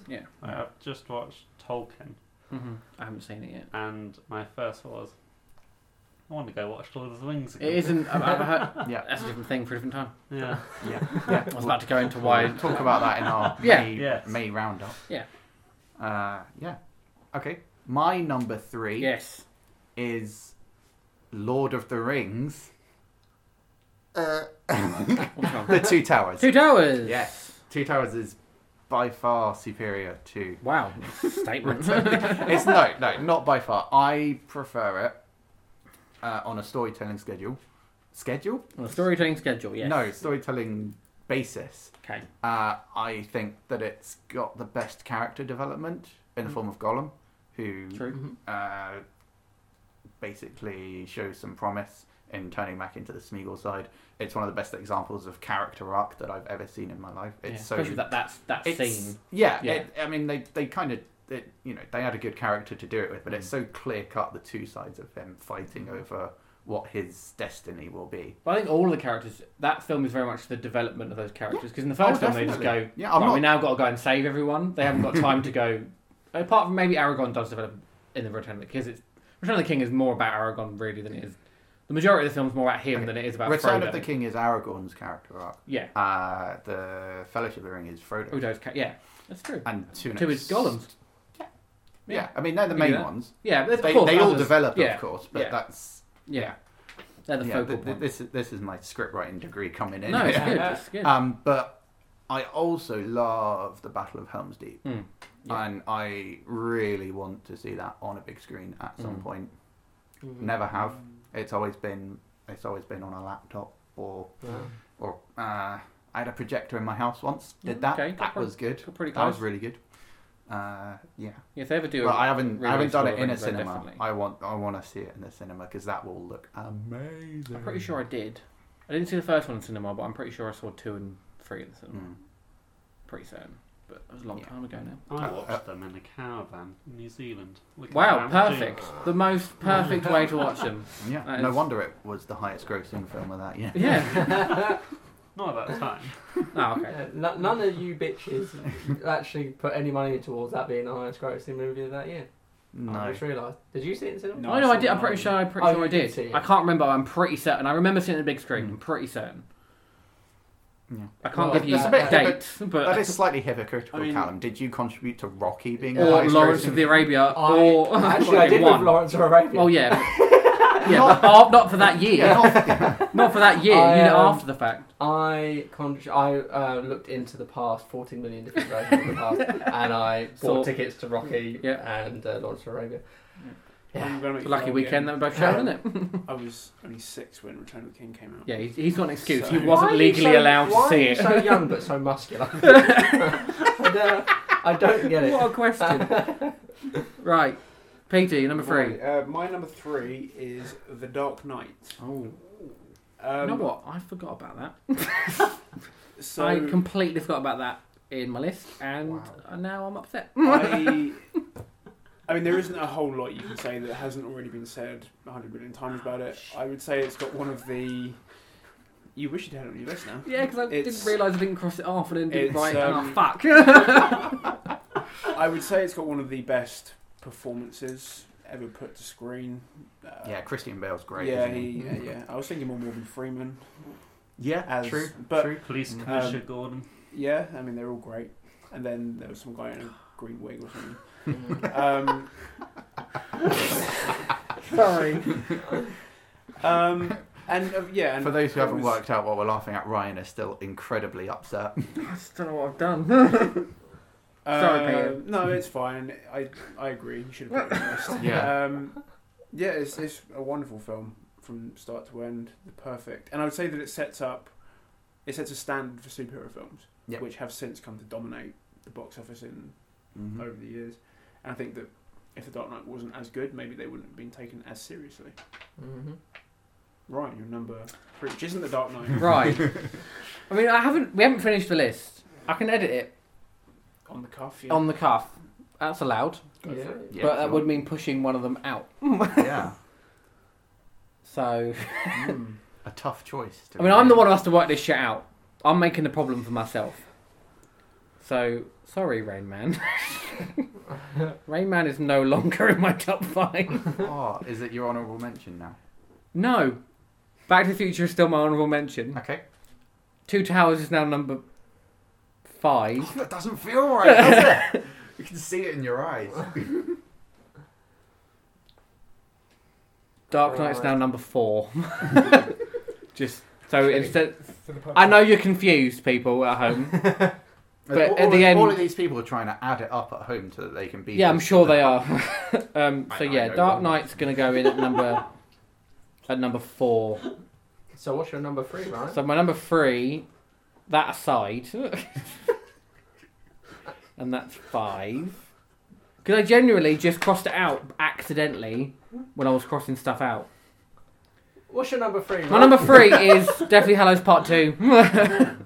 S2: I've just watched Tolkien,
S1: hmm I haven't seen it yet.
S2: and my first thought was, I want to go watch Lord of the Rings again.
S1: It isn't. I- I- I heard-
S3: Yeah.
S1: that's a different thing for a different time.
S2: Yeah.
S3: Yeah. yeah.
S1: I was
S3: We'll
S1: about to go into why.
S3: talk about that in our
S1: Yeah.
S3: May,
S2: Yes.
S3: May roundup.
S1: Yeah.
S3: Uh, yeah. Okay. My number three
S1: Yes.
S3: is Lord of the Rings.
S1: What's wrong?
S3: The Two Towers.
S1: Two Towers.
S3: Yes. Two Towers is by far superior to.
S1: Wow. Statement.
S3: It's no, no, not by far. I prefer it uh, on a storytelling schedule. Schedule?
S1: On a storytelling schedule. Yes.
S3: No, storytelling basis.
S1: Okay.
S3: Uh, I think that it's got the best character development in the form of Gollum, who
S1: Mm. True.
S3: uh, basically shows some promise in turning back into the Smeagol side. It's one of the best examples of character arc that I've ever seen in my life. It's
S1: Yeah,
S3: so
S1: Especially that that's that
S3: it's-
S1: scene.
S3: Yeah,
S1: Yeah.
S3: It, I mean they they kind of it, you know they had a good character to do it with, but
S1: Mm.
S3: it's so clear cut the two sides of him fighting over what his destiny will be.
S1: But I think all of the characters. That film is very much the development of those characters. Because in the first
S3: Oh,
S1: film they just
S3: definitely.
S1: go.
S3: Yeah, I'm
S1: right,
S3: not.
S1: We now got to go and save everyone. They haven't got time to go. Apart from maybe Aragon does develop in the Return of the King. 'cause It's Return of the King is more about Aragon really than it is. The majority of the film's more about him
S3: Okay.
S1: than it is about
S3: Return
S1: Frodo.
S3: of the King is Aragorn's character arc.
S1: Yeah,
S3: Uh, the Fellowship of the Ring is Frodo.
S1: Udo's ca- yeah, that's true.
S3: And two
S1: Two is Gollum's. Yeah.
S3: Yeah, I mean they're the
S1: You
S3: main
S1: do that.
S3: ones.
S1: Yeah, but of
S3: They,
S1: course
S3: they all
S1: others-
S3: develop,
S1: yeah,
S3: of course, but
S1: yeah.
S3: that's
S1: Yeah, they're the
S3: yeah,
S1: focal
S3: th- th-
S1: point.
S3: this is this is my script writing degree coming in.
S1: no, it's
S3: here.
S1: good. It's good.
S3: Um, but I also love the Battle of Helm's Deep,
S1: Hmm. Yeah.
S3: and I really want to see that on a big screen at some
S1: Mm.
S3: point.
S4: Mhm.
S3: Never have. It's always been it's always been on a laptop or
S4: Wow.
S3: or uh, I had a projector in my house once. Did that?
S1: Mm, Okay,
S3: That was good.
S1: Got pretty
S3: That
S1: close.
S3: was really good. Uh, yeah,
S1: if they ever do,
S3: but
S1: a,
S3: I haven't
S1: really
S3: I haven't done
S1: sort of
S3: it in a
S1: things, though,
S3: cinema.
S1: definitely.
S3: I want I want to see it in the cinema because that will look amazing.
S1: I'm pretty sure I did. I didn't see the first one in cinema, but I'm pretty sure I saw two and three in the cinema.
S3: Mm.
S1: Pretty certain, but it was a long
S3: Yeah.
S1: time ago now.
S2: I
S3: Uh,
S2: watched
S3: uh,
S2: them in a caravan in New Zealand. Look at
S1: Wow,
S2: that, dude.
S1: perfect. The most perfect way to watch them.
S3: Yeah,
S1: That
S3: no
S1: is-
S3: wonder it was the highest grossing film of that year.
S1: Yeah.
S2: Not at that time.
S1: Oh, okay.
S4: Yeah, no- Uh, none of you bitches actually put any money towards that being the highest grossing movie of that year. I
S3: No,
S4: just realised. Did you see it in cinema?
S5: No,
S1: oh, no,
S5: I
S1: I
S5: saw
S1: did. I'm
S5: that
S1: pretty
S5: one.
S1: sure. I'm pretty
S4: Oh,
S1: sure
S4: you
S1: I
S4: did
S1: did.
S4: see it.
S1: I can't remember. I'm pretty certain. I remember seeing it on the big screen.
S3: Mm.
S1: I'm pretty certain.
S3: Yeah.
S1: I can't
S4: Well,
S1: give you
S4: it's a
S3: bit-
S1: dates,
S3: That
S1: but
S3: is slightly hypocritical,
S5: I mean-
S3: Callum. Did you contribute to Rocky being the
S1: or
S3: highest
S1: Lawrence
S3: grossing-
S1: of the Arabia,
S4: I,
S1: or
S4: actually, I did with
S1: one.
S4: Lawrence of Arabia.
S1: Oh yeah, but- yeah, but oh, not for that year. not, for that year.
S4: I,
S1: you know,
S4: um,
S1: after the fact.
S4: I con- I uh, looked into the past, 14 million different versions of the past, and I
S1: Saw-
S4: bought tickets to Rocky
S1: Yeah.
S4: and uh, Lawrence of Arabia.
S5: I'm
S4: Yeah.
S5: gonna make
S1: It's a
S5: you
S1: lucky
S5: laugh
S1: weekend that
S5: again.
S1: we both showed, isn't it?
S5: I was only six when Return of the King came out.
S1: Yeah, he's, he's got an excuse.
S5: So-
S1: he
S5: Why
S1: wasn't legally allowed to see it.
S4: so young but so muscular? I, don't, I don't get it.
S1: What a question. right, Peter, number three.
S5: Right, uh, my number three is The Dark Knight.
S1: Oh,
S5: Um,
S1: you know what? I forgot about that.
S5: So
S1: I completely forgot about that in my list, and
S3: Wow.
S1: uh, now I'm upset.
S5: I, I mean, there isn't a whole lot you can say that hasn't already been said a hundred million times about it. I would say it's got one of the. You wish you'd had it on your list now.
S1: Yeah, because I
S5: It's-
S1: didn't realise I didn't cross it off and then didn't
S5: it's,
S1: write it.
S5: um,
S1: oh, fuck.
S5: I would say it's got one of the best performances ever put to screen. Uh,
S3: Yeah, Christian Bale's great.
S5: Yeah,
S3: isn't he?
S5: he- yeah, yeah. I was thinking more Morgan Freeman.
S3: yeah,
S5: As-
S3: true.
S5: but-
S3: true.
S2: Police
S3: Um,
S2: Commissioner Gordon.
S5: Yeah, I mean they're all great. And then there was some guy in a green wig or something.
S4: Mm.
S5: Um,
S1: Sorry.
S5: um, and uh, yeah, and
S3: For those who
S5: it
S3: haven't
S5: was-
S3: worked out what we're laughing at, Ryan is still incredibly upset.
S1: I just don't know what I've done. Sorry,
S5: Uh,
S1: Peter.
S5: No, it's fine. I I agree. You should have put it on the list.
S3: Yeah.
S5: Um, yeah, it's, it's a wonderful film from start to end. The perfect. And I would say that it sets up, it sets a standard for superhero films,
S3: Yep.
S5: which have since come to dominate the box office in
S3: Mhm.
S5: over the years. And I think that if The Dark Knight wasn't as good, maybe they wouldn't have been taken as seriously.
S4: Mhm.
S5: Right, your number three, which isn't The Dark Knight,
S1: right. I mean, I haven't. We haven't finished the list. I can edit it
S5: on the cuff. Yeah.
S1: on the cuff. That's allowed,
S5: Go
S4: Yeah.
S5: for it.
S3: Yeah,
S1: but that
S3: sure.
S1: would mean pushing one of them out.
S3: yeah,
S1: So,
S5: Mm.
S3: a tough choice. To
S1: I mean, I'm the one who has to work this shit out. I'm making the problem for myself. So, sorry, Rain Man. Rain Man is no longer in my top five.
S3: Oh, is it your honourable mention now?
S1: No. Back to the Future is still my honourable mention.
S3: Okay,
S1: Two Towers is now number five.
S3: that doesn't feel right, does it? You can see it in your eyes.
S1: Dark Knight's now number four. Just so instead,
S6: For the pub-
S1: I know you're confused, people at home. But
S3: all,
S1: at
S3: all-
S1: the end-
S3: all of these people are trying to add it up at home so that they can be.
S1: Yeah, I'm sure they are. um,
S3: I-
S1: so
S3: I
S1: yeah,
S3: know
S1: Dark
S3: one.
S1: Knight's gonna go in at number at number four.
S4: So what's your number three, right?
S1: So my number three, that aside, and that's five. Because I generally just crossed it out accidentally when I was crossing stuff out.
S4: What's your number three?
S1: My number three is Deathly Hallows Part Two, the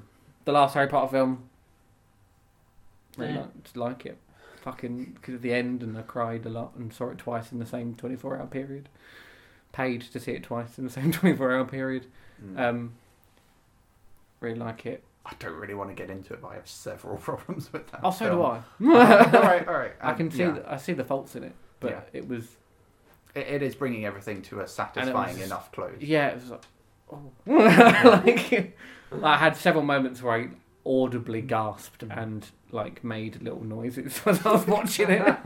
S1: last Harry Potter film. Really
S4: Yeah.
S1: like, just like it, fucking because of the end, and I cried a lot and saw it twice in the same twenty-four hour period. Paid to see it twice in the same twenty-four hour period.
S3: Mm.
S1: Um, really like it.
S3: I don't really want to get into it, but I have several problems with that.
S1: Oh, so
S3: film.
S1: do I.
S3: all right, all right.
S1: I
S3: Um,
S1: can see,
S3: yeah.
S1: the, I see the faults in it, but
S3: Yeah.
S1: it was,
S3: It, it is bringing everything to a satisfying enough close.
S1: yeah, it was like, oh, like, I had several moments where I audibly gasped and like made little noises as I was watching it.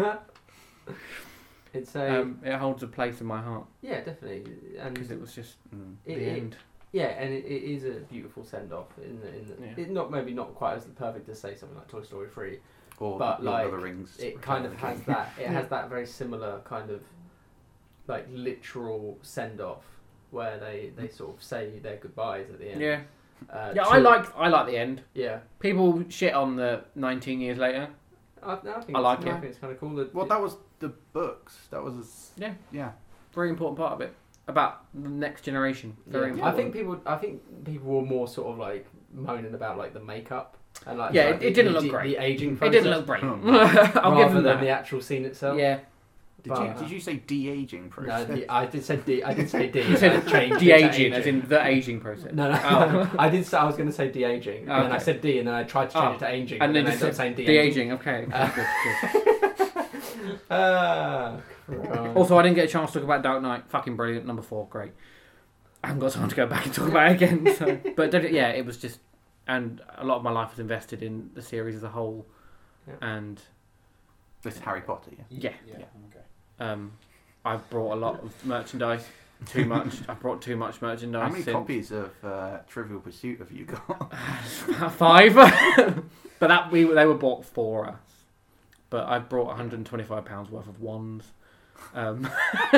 S4: It's a
S1: Um, it holds a place in my heart
S4: yeah, definitely, and
S1: because it was just
S3: Mm.
S1: the
S4: it- it-
S1: end.
S4: Yeah, and it, it is a beautiful send off. In the, in the,
S1: Yeah.
S4: it not maybe not quite as perfect as say something like Toy Story three.
S3: Or
S4: But,
S3: Lord of
S4: like,
S3: the Rings.
S4: It kind of
S3: Return
S4: has
S3: the King.
S4: that. It has that very similar kind of like literal send off where they, they sort of say their goodbyes at the end.
S1: Yeah,
S4: Uh,
S1: yeah.
S4: to-
S1: I like I like the end.
S4: Yeah,
S1: People shit on the 19 years later.
S4: I, no, I, think
S1: I
S4: it's-
S1: like
S4: I
S1: it.
S4: think it's kind of cool. That
S3: Well, that was the books. That was. s-
S1: Yeah.
S3: Yeah.
S1: Very important part of it about the next generation. Very
S4: yeah. I
S1: important.
S4: think people. I think people were more sort of like moaning about like the makeup and like
S1: Yeah,
S4: like,
S1: it-
S4: the-
S1: it didn't
S4: the,
S1: look
S4: the-
S1: great.
S4: The aging
S1: it
S4: process.
S1: didn't look great.
S3: Hmm.
S1: I'll give
S4: rather
S1: them
S4: than the
S1: that.
S4: actual scene itself.
S1: Yeah,
S3: Did you,
S4: But-
S3: did you say de aging
S4: No,
S3: process?
S4: the, I did say D. I did say D.
S1: you said
S4: I changed it to
S1: de aging as in the aging process.
S4: No, no.
S1: Oh.
S4: I did. Say, I was going to say de aging, and then I
S1: Okay. Oh.
S4: said D, and then I tried to change it to aging,
S1: And
S4: and
S1: then
S4: then I
S1: just
S4: ended up saying de
S1: De aging. Okay. okay,
S4: Uh,
S1: good, good.
S4: Ah,
S3: Um,
S1: Also, I didn't get a chance to talk about Dark Knight. Fucking brilliant. Number four, great. I haven't got time to go back and talk about it again. So. but did it- yeah, it was just, and a lot of my life was invested in the series as a whole,
S4: Yeah.
S1: and
S3: It's Harry Potter. Yeah.
S1: Yeah.
S5: yeah.
S2: Oh,
S5: Okay.
S1: um, I've brought a lot of merchandise. Too much. I brought too much merchandise.
S3: How many
S1: since-
S3: copies of uh, Trivial Pursuit have you got?
S1: About Five. but that we they were bought for us. But I've brought 125 pounds worth of wands. Um,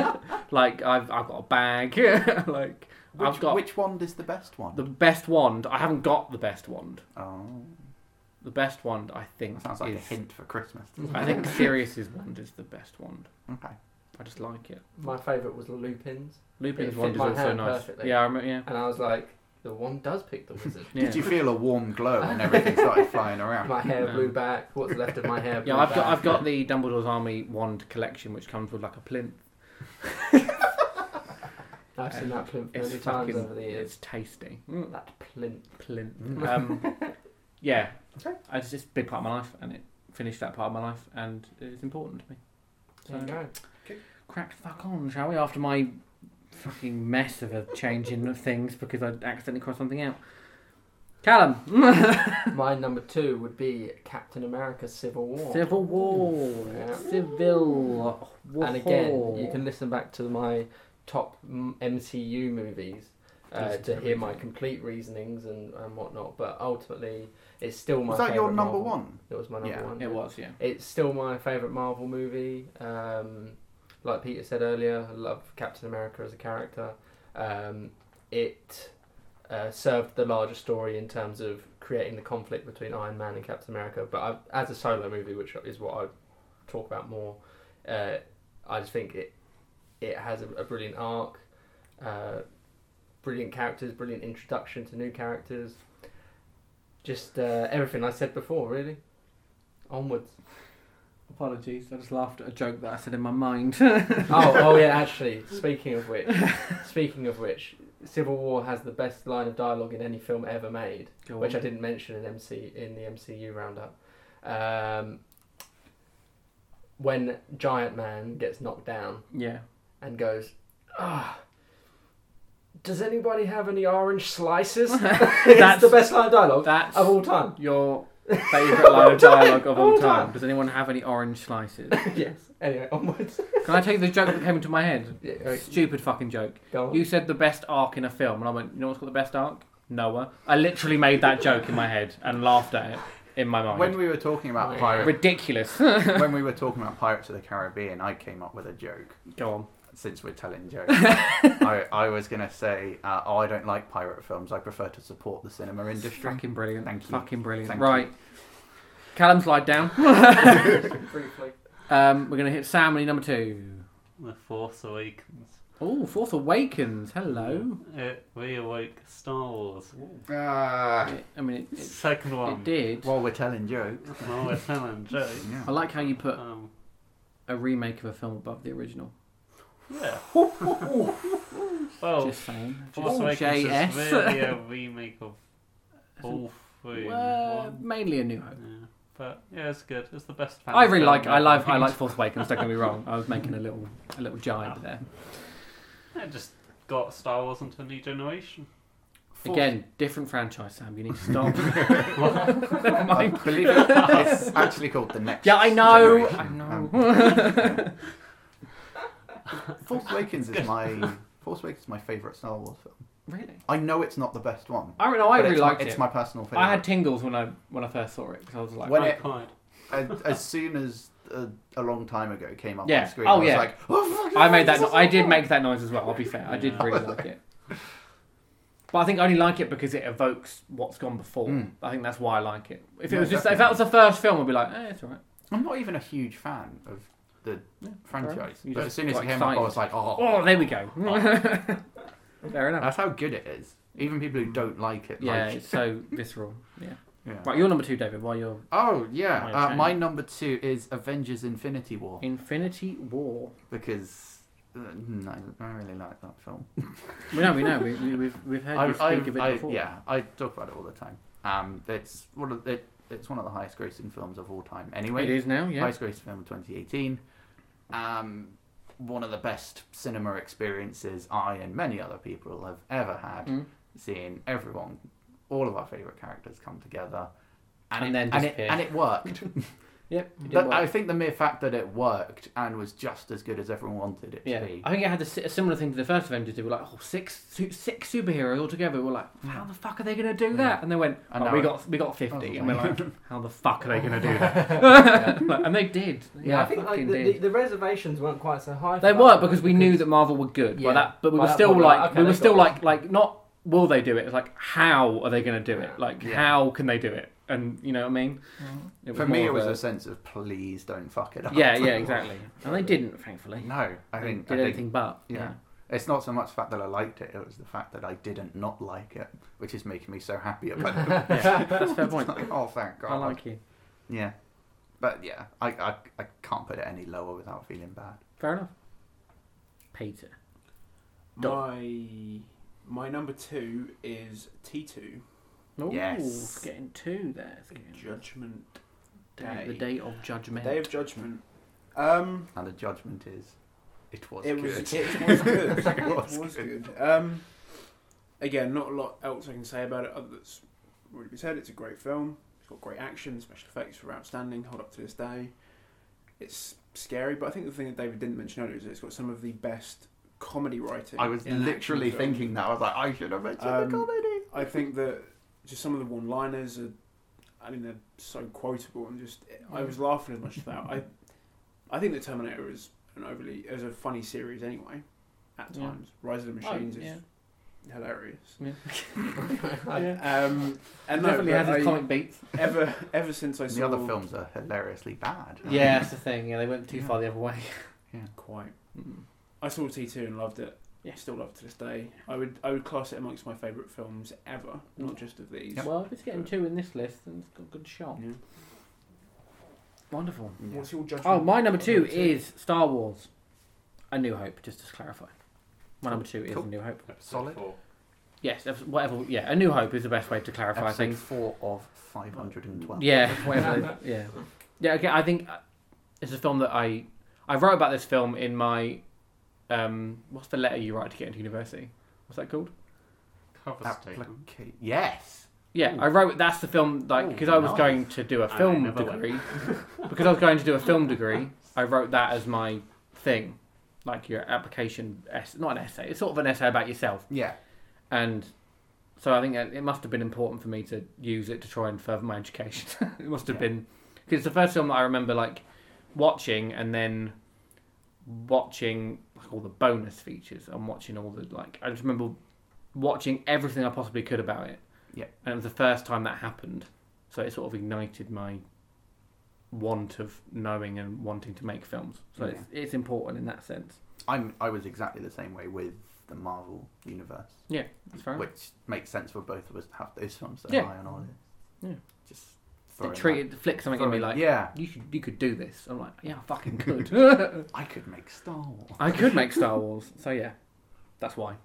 S1: like I've I've got a bag. like
S3: Which,
S1: I've got
S3: which wand is the best one?
S1: The best wand. I haven't got the best wand.
S3: Oh,
S1: The best wand, I think.
S3: that sounds like
S1: is,
S3: a hint for Christmas. doesn't
S1: I
S3: it?
S1: think Sirius's wand is the best wand.
S3: Okay.
S1: I just like it.
S4: my favourite was Lupin's, It
S1: Lupin's
S4: fit
S1: wand is
S4: my
S1: also
S4: hand
S1: nice.
S4: perfectly.
S1: Yeah, I remember. Yeah.
S4: and I was like, the one does pick the wizard.
S1: Yeah.
S3: Did you feel a warm glow when everything started flying around?
S4: My hair
S1: Um,
S4: blew back. What's left of my hair? Blew
S1: Yeah, I've got
S4: back.
S1: I've got the Dumbledore's Army wand collection, which comes with like a plinth.
S4: I've seen that plinth
S1: It's
S4: many
S1: fucking.
S4: times over the years.
S1: It's tasty. Mm,
S4: That plinth.
S1: plinth.
S3: Mm.
S1: Um, yeah.
S4: Okay.
S1: I just, it's a big part of my life, and it finished that part of my life, and it's important to me.
S4: There you go.
S1: crack the fuck on, shall we? After my fucking mess of a changing of things because I accidentally crossed something out. Callum,
S4: My number two would be Captain America: Civil War.
S1: Civil War,
S4: Yeah.
S1: Civil War.
S4: And again, you can listen back to my top m- MCU movies uh,
S1: Listen
S4: to
S1: to
S4: hear my
S1: everything.
S4: complete reasonings and, and whatnot. But ultimately, it's still my.
S3: Was that your
S4: favourite
S3: number
S4: Marvel-
S3: one?
S4: It was my number
S3: Yeah.
S4: one.
S1: It was, yeah.
S4: It's still my favorite Marvel movie. Um, like Peter said earlier, I love Captain America as a character. Um, it uh, served the larger story in terms of creating the conflict between Iron Man and Captain America. But I, as a solo movie, which is what I talk about more, uh, I just think it it has a, a brilliant arc, uh, brilliant characters, brilliant introduction to new characters. Just uh, everything I said before, really. Onwards.
S1: Apologies, I just laughed at a joke that I said in my mind.
S4: oh, oh yeah. Actually, speaking of which, speaking of which, Civil War has the best line of dialogue in any film ever made,
S1: Go
S4: which
S1: on.
S4: I didn't mention in MC in the MCU roundup. Um, when Giant Man gets knocked down
S1: Yeah.
S4: and goes, ah. Does anybody have any orange slices? That's
S1: That's-
S4: the best line of dialogue
S1: That's
S4: of all time.
S1: your favourite line of dialogue of all
S4: All
S1: time.
S4: time.
S1: Does anyone have any orange slices?
S4: yes. Anyway, onwards.
S1: Can I tell you the joke that came into my head?
S4: Yeah, right,
S1: Stupid fucking joke.
S4: go on.
S1: You said the best arc in a film, and I went, you know what's got the best arc? Noah. I literally made that joke in my head and laughed at it in my mind.
S3: When we were talking about
S4: Oh, yeah.
S3: pirates,
S1: Ridiculous.
S3: when we were talking about Pirates of the Caribbean, I came up with a joke.
S1: Go on.
S3: Since we're telling jokes, I, I was gonna say, uh, oh, I don't like pirate films. I prefer to support the cinema industry.
S1: Fucking brilliant.
S3: Thank you.
S1: Fucking brilliant.
S3: Thank
S1: right. Callum, slide down.
S4: briefly.
S1: Um, we're going to hit Sam, and number two.
S2: The Force Awakens.
S1: Oh, Force Awakens.
S5: Oh.
S1: Hello.
S2: It reawoke Star Wars.
S3: Ah.
S1: I mean, it, it,
S2: Second
S1: it
S2: one.
S1: did.
S3: While we're telling jokes,
S2: Well, we're telling jokes.
S3: yeah.
S1: I like how you put
S2: Um,
S1: a remake of a film above the original.
S2: yeah.
S3: Oh,
S2: well,
S1: Just saying.
S2: Force
S1: Just-
S2: Awakens
S1: JS.
S2: is really a remake of all three. in
S1: Well,
S2: one.
S1: mainly a new hope.
S2: Yeah. But yeah, it's good. It's the best. fan
S1: I really
S2: film
S1: like I
S2: ever
S1: like I
S2: made.
S1: like Force Awakens. Don't get me wrong. I was making a little a
S3: Ah,
S1: little giant there.
S2: It just got Star Wars into a new generation.
S5: Fourth-
S1: Again, different franchise, Sam. You need to stop.
S3: Never
S1: mind.
S3: I believe it- it's actually called the next.
S1: yeah, I know. I
S3: Generation.
S1: know.
S3: Um, Force Awakens is my Force Awakens is my favorite Star Wars film.
S1: really?
S3: I know it's not the best one.
S1: I don't know. I
S3: but
S1: really
S3: it's
S1: liked
S3: my,
S1: it.
S3: It's my personal favorite.
S1: I had tingles when I when I first saw it because I was like,
S3: When
S2: I
S3: it-
S2: cried.
S3: as, as soon as uh, a long time ago came up
S1: Yeah.
S3: on screen.
S1: Oh,
S3: I was
S1: yeah.
S3: like, oh, fuck,
S1: I made that.
S3: this is
S1: No- I
S3: so
S1: did
S3: cool."
S1: make that noise as well. I'll be fair. I did
S2: Yeah.
S1: really like it. But I think I only like it because it evokes what's gone before.
S3: Mm.
S1: I think that's why I like it. If it
S3: No,
S1: was just if that was the first film, I'd be like, eh, it's alright.
S3: I'm not even a huge fan of the
S1: Yeah,
S3: franchise,
S1: You
S3: but
S1: just
S3: as soon as
S1: got
S3: it came up, I was like, oh,
S1: Oh, there we go. fair enough.
S3: that's how good it is. Even people who don't like it,
S1: Mm. Yeah,
S3: like it.
S1: it's so visceral. Yeah.
S3: Yeah.
S1: Right, you're number two, David. While you're
S3: Oh
S1: Might
S3: yeah, uh,
S1: change.
S3: my number two is Avengers: Infinity War
S1: Infinity War.
S3: because uh, no, I really like that film.
S1: We know, we know. We, we, we've we've heard you
S3: I've-
S1: speak
S3: I've-
S1: of it
S3: I-
S1: before.
S3: yeah, I talk about it all the time. Um, it's one of it, it's one of the highest grossing films of all time. Anyway,
S1: it is now. Yeah.
S3: highest grossing film of 2018. Um, one of the best cinema experiences I and many other people have ever had,
S1: Mm.
S3: seeing everyone, all of our favourite characters come together.
S1: And
S3: it-
S1: then
S3: and it,
S1: disappear.
S3: and it worked.
S1: Yep. it did
S3: But
S1: work.
S3: I think the mere fact that it worked and was just as good as everyone wanted it
S1: Yeah,
S3: to be.
S1: I think it had a, si- a similar thing to the first Avengers. They were like, oh, six, su- six superheroes all together. We're like, how the fuck are they gonna do that? And they went,
S3: And
S1: "Oh,
S3: now
S1: we
S3: it-
S1: got we got
S3: Oh,
S1: fifty,
S3: yeah.
S1: and we're like, how the fuck are they gonna do that?
S4: Yeah.
S1: Like, and they did. Yeah,
S4: Yeah, I think like,
S1: fucking
S4: the, the,
S1: did.
S4: the reservations weren't quite so high. for
S1: they
S4: that
S1: were
S4: one,
S1: because we knew that Marvel were good,
S4: Yeah.
S1: but that, but we
S4: By
S1: were
S4: that
S1: still
S4: point, we're
S1: like,
S4: like, okay,
S1: we were
S4: they've
S1: still like,
S4: got
S1: like not will they do it? It's like how are they gonna do
S4: Yeah.
S1: it? Like
S3: Yeah.
S1: how can they do it? And you know what I mean? It
S3: Mm-hmm. For me,
S1: more
S3: it
S1: of
S3: was
S1: a-
S3: a sense of please don't fuck it up.
S1: yeah, yeah, exactly. And they didn't, thankfully.
S3: No, I
S1: They
S3: think,
S1: did
S3: I think
S1: anything but.
S3: yeah.
S1: yeah.
S3: It's not so much the fact that I liked it, it was the fact that I didn't not like it, which is making me so happy about it.
S1: that's a fair point.
S3: It's like, oh, thank God.
S1: I like you.
S3: Yeah. But yeah, I, I, I can't put it any lower without feeling bad.
S1: Fair enough. Peter.
S5: My my number two is T two
S1: Ooh,
S3: Yes.
S1: it's getting two there. It's getting
S5: Judgment
S1: day,
S5: Day.
S1: the day of judgment.
S5: Day of Judgment. Um,
S3: And the judgment is, it was
S5: it
S3: good.
S5: was it was good.
S3: It
S5: it
S3: was
S5: was, good. Um, again, not a lot else I can say about it other than it's already been said. It's a great film. It's got great action. Special effects were outstanding. Hold up to this day. It's scary, but I think the thing that David didn't mention earlier is it's got some of the best comedy writing.
S3: I was
S5: in an action
S3: literally
S5: film.
S3: thinking that. I was like, I should have mentioned
S5: Um,
S3: the comedy.
S5: I think that just some of the one-liners are, I mean, they're so quotable and just I was laughing as much as that. I, I think the Terminator is an overly as a funny series anyway. At
S1: Yeah.
S5: times, Rise of the
S1: Oh,
S5: Machines
S1: yeah.
S5: is hilarious.
S1: Yeah.
S5: Um, and
S1: It
S5: no,
S1: definitely
S5: but
S1: has its
S5: I-
S1: comic beats.
S5: ever ever since I saw
S3: The other films are hilariously bad.
S1: Yeah, that's the thing. Yeah, they went too
S3: Yeah.
S1: far the other way.
S5: quite. I saw T two and loved it.
S1: Yeah.
S5: Still love it to this day. I would I would class it amongst my favourite films ever,
S1: Mm.
S5: not just of these.
S1: Well, if it's getting two in this list, then it's got a good shot.
S5: Yeah.
S1: Wonderful.
S3: Yeah.
S5: What's your judgment?
S1: Oh, my number
S5: on
S1: two is Star Wars A New Hope, just to clarify. My number two is
S3: Cool.
S1: A New Hope.
S2: Episode
S3: Solid.
S2: four.
S1: Yes, ep- whatever. Yeah, A New Hope is the best way to clarify
S3: Episode
S1: things.
S3: four of 512.
S1: Yeah, whatever. yeah, yeah. Okay, I think uh, it's a film that I I wrote about this film in my um what's the letter you write to get into university? What's that called?
S2: Cover statement.
S3: Applica- yes.
S1: Yeah, I wrote. That's the film like because
S3: Ooh,
S1: I was
S3: nice.
S1: going to do a
S2: I
S1: film
S2: never went.
S1: degree. because I was going to do a film degree, I wrote that as my thing, like your application essay, not an essay. It's sort of an essay about yourself,
S3: Yeah.
S1: and so I think that it must have been important for me to use it to try and further my education. it must have
S3: Yeah.
S1: been because it's the first film that I remember like watching and then watching like all the bonus features and watching all the like I just remember watching everything I possibly could about it.
S3: Yeah.
S1: And it was the first time that happened. So it sort of ignited my want of knowing and wanting to make films. So it's it's important in that sense.
S3: I'm, I was exactly the same way with the Marvel Universe.
S1: That's fair.
S3: which makes sense for both of us to have those films that
S1: Yeah.
S3: are high on our list.
S1: Yeah.
S3: Just
S1: It
S3: throwing
S1: treated flicked
S3: that-
S1: something in me
S3: throwing-
S1: like
S3: yeah,
S1: you should you could do this. I'm like, yeah, I fucking could.
S3: I could make Star Wars.
S1: I could make Star Wars. So yeah, that's why.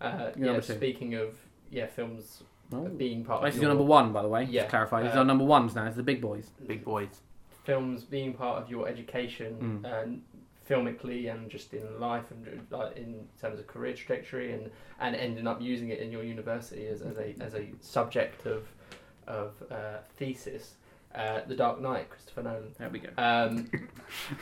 S4: Uh,
S1: You're
S4: yeah,
S1: number two.
S4: speaking of yeah, films
S1: This
S4: being part
S1: is
S4: of
S1: your
S4: your
S1: number one, by the way.
S4: Yeah.
S1: Just to clarify, these
S4: Uh,
S1: are number ones now. It's the big boys.
S3: Big boys.
S4: films being part of your education
S1: Mm.
S4: and filmically and just in life and uh, like, in terms of career trajectory and, and ending up using it in your university as, as a as a subject of of uh, thesis. Uh, the Dark Knight, Christopher Nolan.
S1: There we go.
S4: Um,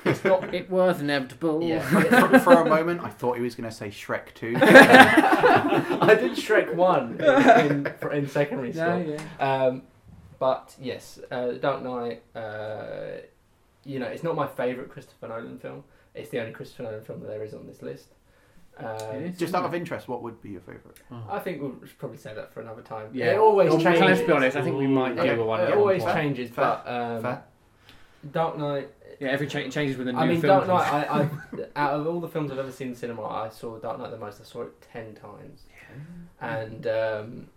S4: it's not.
S1: It was inevitable.
S4: Yeah.
S3: for, for a moment, I thought he was going to say Shrek 2.
S4: I did Shrek one in, in, for- in secondary school.
S1: Yeah, yeah.
S4: Um, but yes, uh, Dark Knight. Uh, you know, it's not my favourite Christopher Nolan film. It's the only Christopher Nolan film that there is on this list.
S1: It
S4: Um,
S1: is,
S3: Just
S1: isn't
S3: out of
S1: it?
S3: interest, what would be your favourite?
S4: I think we'll should probably save that for another time.
S1: Yeah.
S4: It always
S1: Well,
S4: changes.
S1: Let's be honest. I think we might do
S4: Okay.
S1: a one.
S4: It
S1: at one
S4: always
S1: point.
S4: changes,
S3: Fair.
S4: but um,
S3: Fair.
S4: Dark Knight.
S1: Yeah, every cha- it changes with a new
S4: I mean,
S1: film.
S4: Dark Knight. I, I, out of all the films I've ever seen in cinema, I saw Dark Knight the most. I saw it ten times. and um,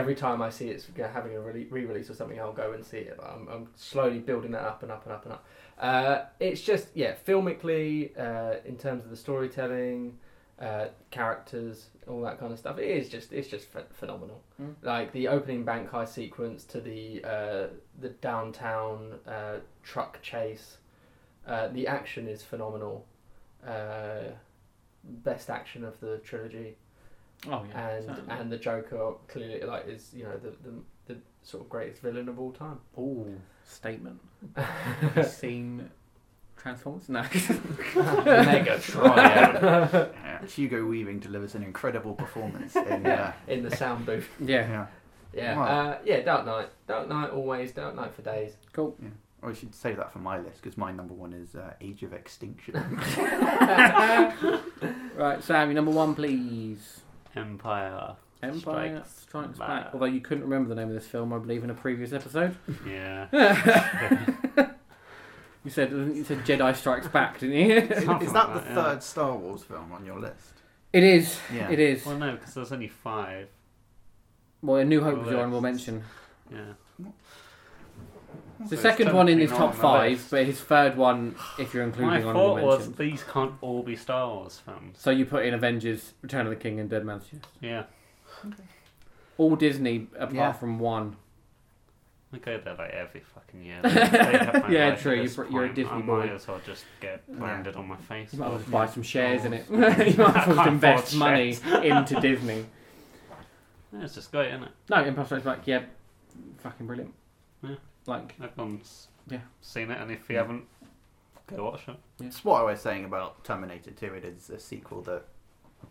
S4: every time I see it's g- having a rele- re-release or something, I'll go and see it. I'm, I'm slowly building that up and up and up and up. Uh, it's just yeah, filmically, uh, in terms of the storytelling, uh, characters, all that kind of stuff. It is just it's just ph- phenomenal.
S1: Mm.
S4: Like the opening bank high sequence to the uh, the downtown uh, truck chase. Uh, the action is phenomenal. Uh, best action of the trilogy
S1: Oh yeah.
S4: and
S1: certainly.
S4: and the Joker clearly like is you know the the, the sort of greatest villain of all time.
S1: Oh, statement. Have you seen Transformers? No.
S3: Hugo Weaving delivers an incredible performance in. Uh,
S4: Yeah, in the sound booth.
S1: yeah.
S3: yeah.
S4: Yeah,
S3: Wow.
S4: uh, yeah. Dark Knight, Dark Knight always, Dark Knight for days.
S1: Cool.
S3: Or I should save that for my list because my number one is uh, Age of Extinction.
S1: Right, Sam, your number one, please.
S2: Empire.
S1: Empire
S2: Strikes
S1: Strikes, Back.
S2: Back.
S1: Although you couldn't remember the name of this film, I believe, in a previous episode.
S2: Yeah.
S1: You said you said Jedi Strikes Back, didn't you?
S3: is
S2: Something
S3: that the
S2: like that, yeah.
S3: third Star Wars film on your list?
S1: It is.
S3: Yeah.
S1: It is.
S2: Well, no, because there's only five.
S1: Well, A New Hope
S2: Well,
S1: was your honourable
S2: that's-
S1: mention.
S2: Yeah.
S1: It's the
S2: So it's
S1: second one in his
S2: technically
S1: top
S2: not on the
S1: five,
S2: list.
S1: but his third one, if you're
S2: My
S1: including honourable
S2: thought was
S1: mention.
S2: these can't all be Star Wars films.
S1: So you put in Avengers, Return of the King, and Dead Man's Chest.
S2: Yeah.
S1: All Disney apart
S3: Yeah.
S1: from one.
S2: I go there like every fucking year. They have my
S1: Yeah,
S2: life at
S1: true,
S2: this
S1: you're- you're a
S2: point.
S1: Disney
S2: I
S1: boy.
S2: might as well just get branded on my face.
S1: You might as well
S2: Well,
S1: buy some shares in it. you might as well just
S2: Can't
S1: invest
S2: afford
S1: money into Disney.
S2: yeah, it's just great, isn't it?
S1: No, Impulse Strikes Back, yeah, fucking brilliant.
S2: Yeah.
S1: Like,
S2: Everyone's
S1: Yeah.
S2: seen it, and if you
S3: Yeah.
S2: haven't, go watch it.
S3: It's what I was saying about Terminator 2. It is a sequel that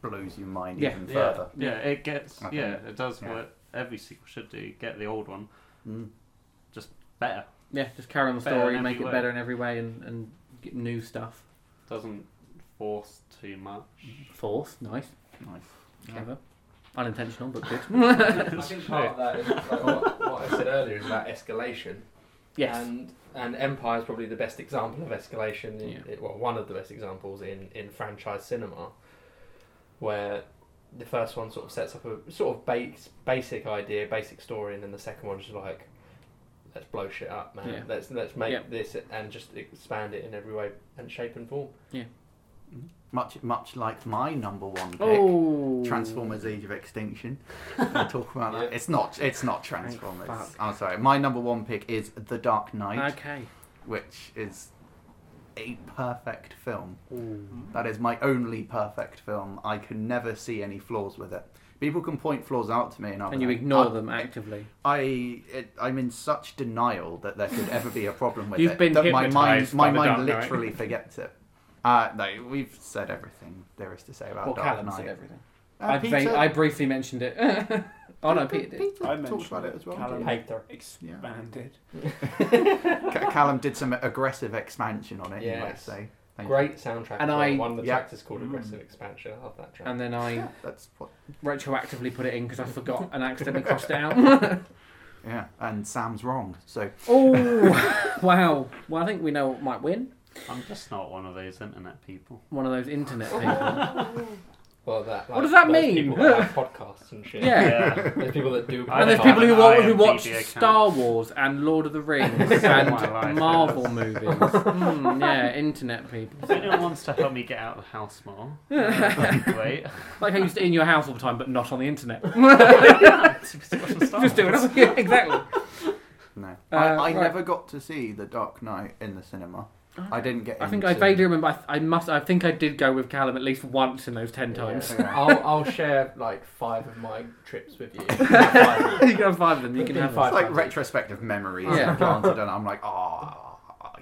S3: blows your mind
S1: Yeah.
S3: even
S2: Yeah,
S3: further.
S2: yeah, it gets.
S3: I think-
S2: Yeah, it does
S3: yeah.
S2: what every sequel should do. Get the old one
S3: Mm.
S2: better.
S1: yeah, just carry on the
S2: Better
S1: story,
S2: in
S1: make
S2: every
S1: it
S2: way.
S1: better in every way, and, and get new stuff.
S2: Doesn't force too much.
S1: Mm-hmm. Fourth, nice,
S3: Nice.
S1: clever. Unintentional, but good.
S4: I think part of that is like, what, what I said earlier is about escalation.
S1: yes.
S4: And and Empire is probably the best example of escalation. In,
S1: Yeah.
S4: it- well, one of the best examples in in franchise cinema, where the first one sort of sets up a sort of base basic idea, basic story, and then the second one's just like, let's blow shit up, man.
S1: Yeah.
S4: Let's let's make
S1: Yeah.
S4: this and just expand it in every way and shape and form.
S3: Much, much like my number one pick,
S1: Oh.
S3: Transformers: Age of Extinction. We'll talk about that.
S4: Yeah.
S3: It's not. It's not Transformers.
S1: Fuck.
S3: I'm sorry. My number one pick is The Dark Knight,
S1: Okay.
S3: which is a perfect film.
S1: Ooh.
S3: That is my only perfect film. I can never see any flaws with it. People can point flaws out to me, and, I'll
S1: And
S3: be
S1: you
S3: like,
S1: ignore
S3: "Oh,
S1: them actively.
S3: I it, I'm in such denial that there could ever be a problem with
S1: You've
S3: it
S1: been
S3: that my mind
S1: hypnotised
S3: my
S1: by the
S3: mind
S1: Dark Knight.
S3: literally forgets it. Uh, no, we've said everything there is to say about
S1: Well,
S3: Dark
S1: Callum
S3: Knight.
S1: said everything.
S3: Uh,
S1: I,
S3: Peter,
S1: vague- I briefly mentioned it. oh no, Peter did.
S5: I
S3: talked
S5: mentioned
S3: about it as well.
S5: Callum
S3: didn't
S4: Hector.
S5: expanded.
S3: he? Ca- Callum did some aggressive expansion on it. You might
S4: Yes.
S3: say. Thank you.
S4: Great soundtrack.
S1: And
S4: as well.
S1: I-
S4: one of the
S3: Yeah.
S4: tracks is called
S5: Mm.
S4: Aggressive Expansion. I love that track.
S1: And then I
S3: Yeah, that's what.
S1: retroactively put it in because I forgot and accidentally crossed it out.
S3: Yeah, and Sam's wrong. So
S1: oh, wow. Well, I think we know what might win.
S2: I'm just not one of those internet people.
S1: One of those internet
S2: Oh.
S1: people.
S4: well, that.
S1: does that
S4: those
S1: mean?
S4: People that have podcasts and shit.
S1: Yeah.
S4: There's people that do.
S2: I
S1: and there's
S2: don't
S1: people who,
S2: have an
S1: wa- who
S2: IMDb
S1: watch
S2: account.
S1: Star Wars and Lord of the Rings
S2: my
S1: and
S2: life,
S1: Marvel
S2: yes.
S1: movies. Hmm, yeah, internet people.
S2: If anyone wants to help me get out of the house more, that'd be great.
S1: Like how you stay in your house all the time, but not on the internet.
S2: Just
S1: Just do it. Yeah, exactly.
S3: no,
S1: Uh,
S3: I, I
S1: right.
S3: never got to see The Dark Knight in the cinema. I didn't get.
S1: I think I
S3: into-
S1: vaguely remember. I, th- I must. I think I did go with Callum at least once in those ten
S3: Yeah,
S1: times.
S3: yeah.
S4: I'll, I'll share like five of my trips with you. Five.
S1: you can have five of them. You can have
S3: It's
S1: five.
S3: like retrospective memories
S1: Yeah.
S3: yeah. planted, and I'm like, oh,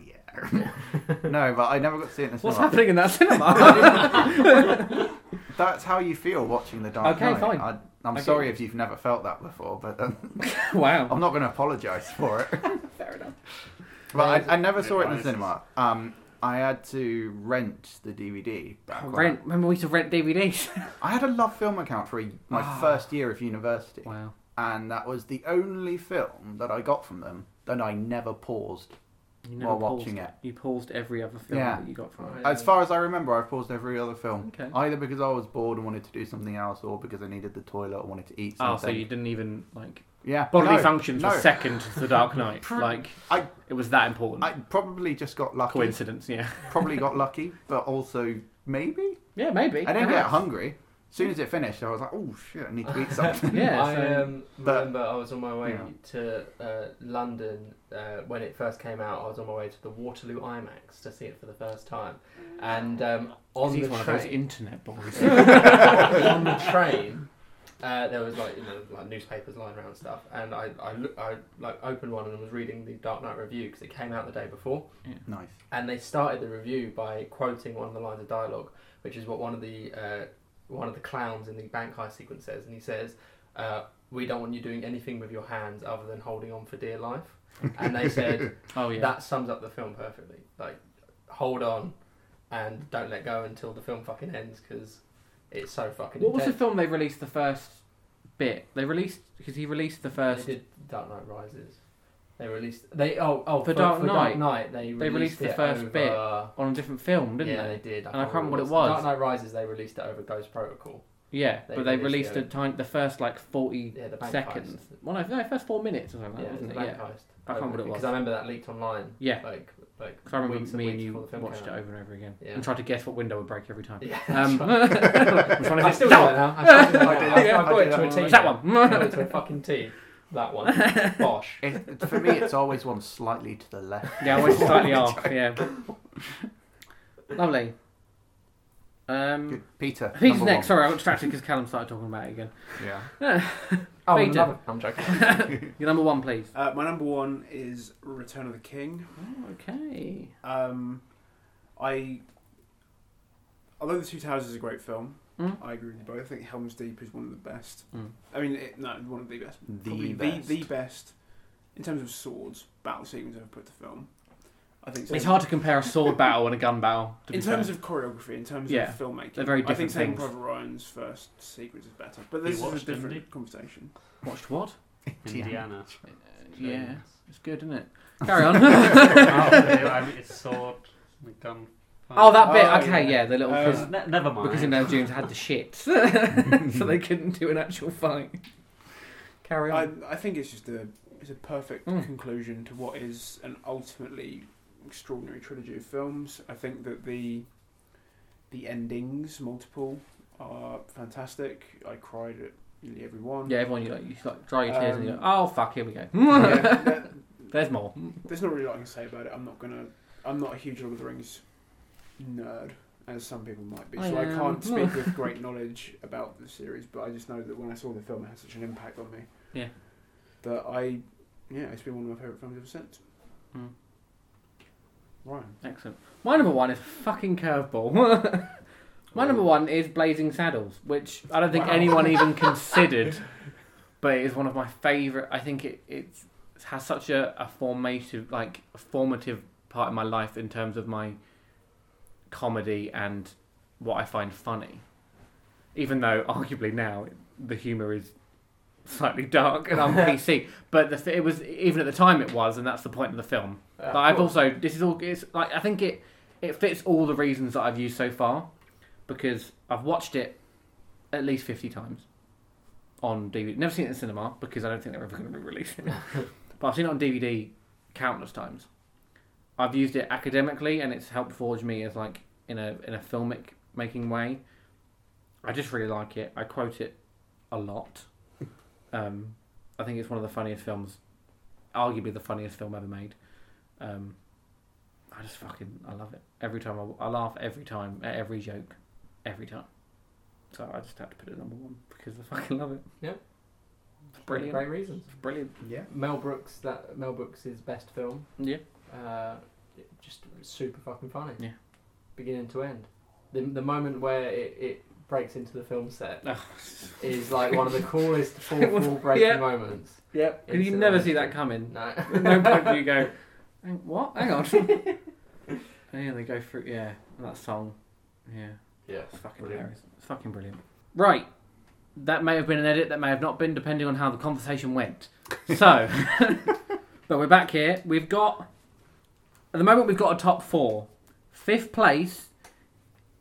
S3: yeah. no, but I never got to see it in the
S1: What's
S3: cinema.
S1: happening in that cinema?
S3: That's how you feel watching The Dark
S1: Okay,
S3: Knight.
S1: fine.
S3: I, I'm
S1: Okay.
S3: sorry if you've never felt that before, but um,
S1: wow.
S3: I'm not going to apologise for it.
S1: Fair enough.
S3: But I, I never
S2: It
S3: saw it in the
S2: rises.
S3: cinema. Um, I had to rent the DVD back when I-
S1: Rent. Remember we used to rent DVDs.
S3: I had a Love Film account for a, my
S1: Ah.
S3: first year of university,
S1: wow.
S3: and that was the only film that I got from them that I never paused.
S1: You
S3: While watching
S1: paused-
S3: it.
S1: you paused every other film
S3: Yeah.
S1: that you got from it.
S4: Right.
S3: As far as I remember, I paused every other
S4: Oh,
S3: film,
S1: Okay.
S3: either because I was bored and wanted to do something else, or because I needed the toilet or wanted to eat
S1: Oh,
S3: something.
S1: so you didn't even like
S3: yeah,
S1: bodily
S3: no,
S1: functions
S3: no.
S1: were second to The Dark Knight.
S3: Pro-
S1: like
S3: I-
S1: it was that important.
S3: I probably just got lucky.
S1: Coincidence, yeah.
S3: Probably got lucky, but also maybe
S1: Yeah, maybe.
S3: I didn't get
S1: Perhaps.
S3: hungry. As soon as it finished, I was like, "Oh shit, I need to eat something."
S1: Yeah,
S4: I
S1: so-
S4: um,
S3: But-
S4: remember I was on my way
S3: Yeah.
S4: to uh, London uh, when it first came out. I was on my way to the Waterloo IMAX to see it for the first time, and um, on
S1: He's
S4: the
S1: one of those
S4: train,
S1: internet boys.
S4: on the train, uh, there was like you know like newspapers lying around and stuff, and I I, look, I like opened one and was reading the Dark Knight review because it came out the day before,
S3: nice.
S4: and they started the review by quoting one of the lines of dialogue, which is what one of the uh, one of the clowns in the bank heist sequence says, and he says, uh, "We don't want you doing anything with your hands other than holding on for dear life." And they said
S1: oh yeah.
S4: that sums up the film perfectly. Like, hold on, and don't let go until the film fucking ends because it's so fucking.
S1: what was the
S4: intense.
S1: film they released the first bit? They released because he released the first.
S4: They did Dark Knight Rises. They released they oh oh
S1: For
S4: for,
S1: Dark
S4: for
S1: Knight,
S4: Dark Knight they released,
S1: they released the
S4: it
S1: first bit,
S4: over-
S1: on a different film, didn't
S4: yeah,
S1: they?
S4: did.
S1: And I can't remember what it was.
S4: Dark Knight Rises, they released it over Ghost Protocol.
S1: Yeah,
S4: They
S1: but they
S4: released
S1: released
S4: the-
S1: the time the first like forty
S4: Yeah, the bank
S1: seconds. Well, no, no, first four minutes or something,
S4: Heist.
S1: like
S4: Yeah,
S1: that, wasn't it?
S4: it was the bank
S1: yeah,
S4: heist.
S1: I can't remember what it
S4: Because
S1: was.
S4: I remember that leaked online.
S1: yeah.
S4: Like, like.
S1: 'Cause I remember
S4: weeks
S1: me and
S4: weeks
S1: you
S4: before the film
S1: watched
S4: came
S1: it
S4: out.
S1: over and over again
S4: Yeah.
S1: and tried to guess what window would break every time.
S4: Yeah.
S1: Um,
S4: that's right.
S1: Which one is
S4: I
S1: it?
S4: still
S1: That
S4: don't know. I still don't know.
S3: I did-
S4: I've- I've
S3: I
S4: got
S3: did
S4: it
S3: that
S4: to a
S3: one.
S4: T.
S1: Is that
S4: I've
S1: one?
S4: got it to a fucking T. That one. Bosh.
S3: It, for me, it's always one slightly to the left.
S1: yeah, I went slightly off. Yeah. Lovely. Um,
S3: Good. Peter.
S1: Who's
S3: number
S1: next?
S3: one.
S1: Sorry, I got distracted because Callum started talking about it again.
S3: Yeah.
S4: Oh,
S1: Peter.
S4: another. I'm joking.
S1: Your number one, please.
S5: Uh, my number one is Return of the King.
S1: Okay.
S5: Um, I, although the Two Towers is a great film,
S1: Mm.
S5: I agree with you both. I think Helm's Deep is one of the best.
S1: Mm.
S5: I mean, it, no, one of the best.
S3: The
S5: probably
S3: best.
S5: The, the best in terms of swords battle sequence I've put to film. I think so.
S1: It's hard to compare a sword battle and a gun battle. To be
S5: in terms
S1: fair.
S5: of choreography, in terms
S1: Yeah,
S5: of filmmaking,
S1: they're very
S5: I think
S1: different
S5: saying
S1: things.
S5: Brother Ryan's first sequence is better, but this
S2: watched,
S5: is a
S2: didn't
S5: different
S2: he?
S5: conversation.
S1: watched what?
S2: Indiana.
S1: Uh, yeah, it's good, isn't it? Carry on.
S2: oh, I mean, it's sword, the gun.
S1: oh, that bit.
S5: Oh,
S1: okay,
S5: yeah.
S1: yeah, the little
S5: Uh,
S1: because
S2: Ne- never mind.
S1: because in now Dunes had the shit, so they couldn't do an actual fight. Carry
S5: I,
S1: on.
S5: I think it's just a it's a perfect
S1: Mm.
S5: conclusion to what is an ultimately extraordinary trilogy of films. I think that the the endings, multiple, are fantastic. I cried at nearly every one.
S1: yeah, everyone, you like, you like dry your tears and you go,
S5: Um,
S1: oh fuck, here we go.
S5: Yeah, there-
S1: There's more.
S5: there's not really a lot I can say about it. I'm not gonna. I'm not a huge Lord of the Rings nerd, as some people might be.
S1: I
S5: so I
S1: am.
S5: can't speak with great knowledge about the series. But I just know that when I saw the film, it had such an impact on me.
S1: Yeah.
S5: That I, yeah, it's been one of my favorite films ever since.
S1: Mm.
S5: Ryan.
S1: Excellent. My number one is a fucking curveball. My number one is Blazing Saddles, which I don't think
S5: Wow.
S1: anyone even considered, but it is one of my favourite. I think it it's, it has such a, a formative, like a formative part in my life in terms of my comedy and what I find funny. Even though arguably now the humour is slightly dark and I'm PC, but the, fi- it was even at the time it was, and that's the point of the film. But I've also this is all it's like I think it it fits all the reasons that I've used so far because I've watched it at least fifty times on DVD. Never seen it in cinema because I don't think they're ever going to re-release it. but I've seen it on DVD countless times. I've used it academically and it's helped forge me as like in a in a filmic making way. I just really like it. I quote it a lot. Um, I think it's one of the funniest films, arguably the funniest film ever made. Um, I I just fucking I love it every time. I, I laugh every time at every joke, every time. So I just have to put it number one because I fucking love it.
S4: Yep.
S1: It's brilliant.
S4: Great reasons.
S1: It's brilliant.
S3: Yeah.
S4: Mel Brooks, that Mel Brooks' best film.
S1: Yeah.
S4: Uh, just super fucking funny.
S1: Yeah.
S4: Beginning to end. The, the moment where it, it breaks into the film set
S1: Oh.
S4: is like one of the coolest
S1: It
S4: fourth
S1: was-
S4: wall breaking
S1: yeah.
S4: moments.
S1: Yep.
S4: It's
S1: You never
S4: amazing.
S1: see that coming.
S4: No.
S1: At no point do you go, "Hang- what? Hang on. and yeah, they go through. Yeah, and that song. Yeah.
S4: Yeah.
S1: It's fucking
S4: Brilliant.
S1: hilarious. It's fucking brilliant. Right. That may have been an edit, that may have not been, depending on how the conversation went. So, but we're back here. We've got, at the moment, we've got a top four. Fifth place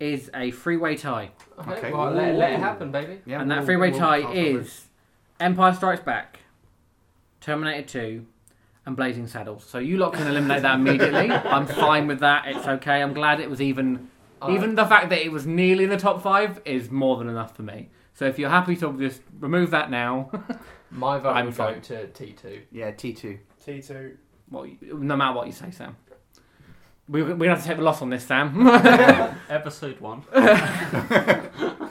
S1: is a three way tie.
S4: Okay.
S3: Okay.
S4: Well, let, let
S3: Ooh.
S4: it happen, baby.
S3: Yeah.
S1: and that
S3: we'll-
S1: three way
S3: we'll
S1: tie
S3: cover it.
S1: is Empire Strikes Back, Terminator 2, and Blazing Saddles. So you lot can eliminate that immediately. I'm fine with that. It's okay. I'm glad it was even
S4: Uh,
S1: even the fact that it was nearly in the top five is more than enough for me. So if you're happy to just remove that now,
S4: my vote
S1: I'm
S4: would go
S1: fine.
S4: to T two.
S3: Yeah, T two.
S5: T two.
S1: well, you- no matter what you say, Sam, we, we're gonna have to take the loss on this, Sam.
S2: Episode one.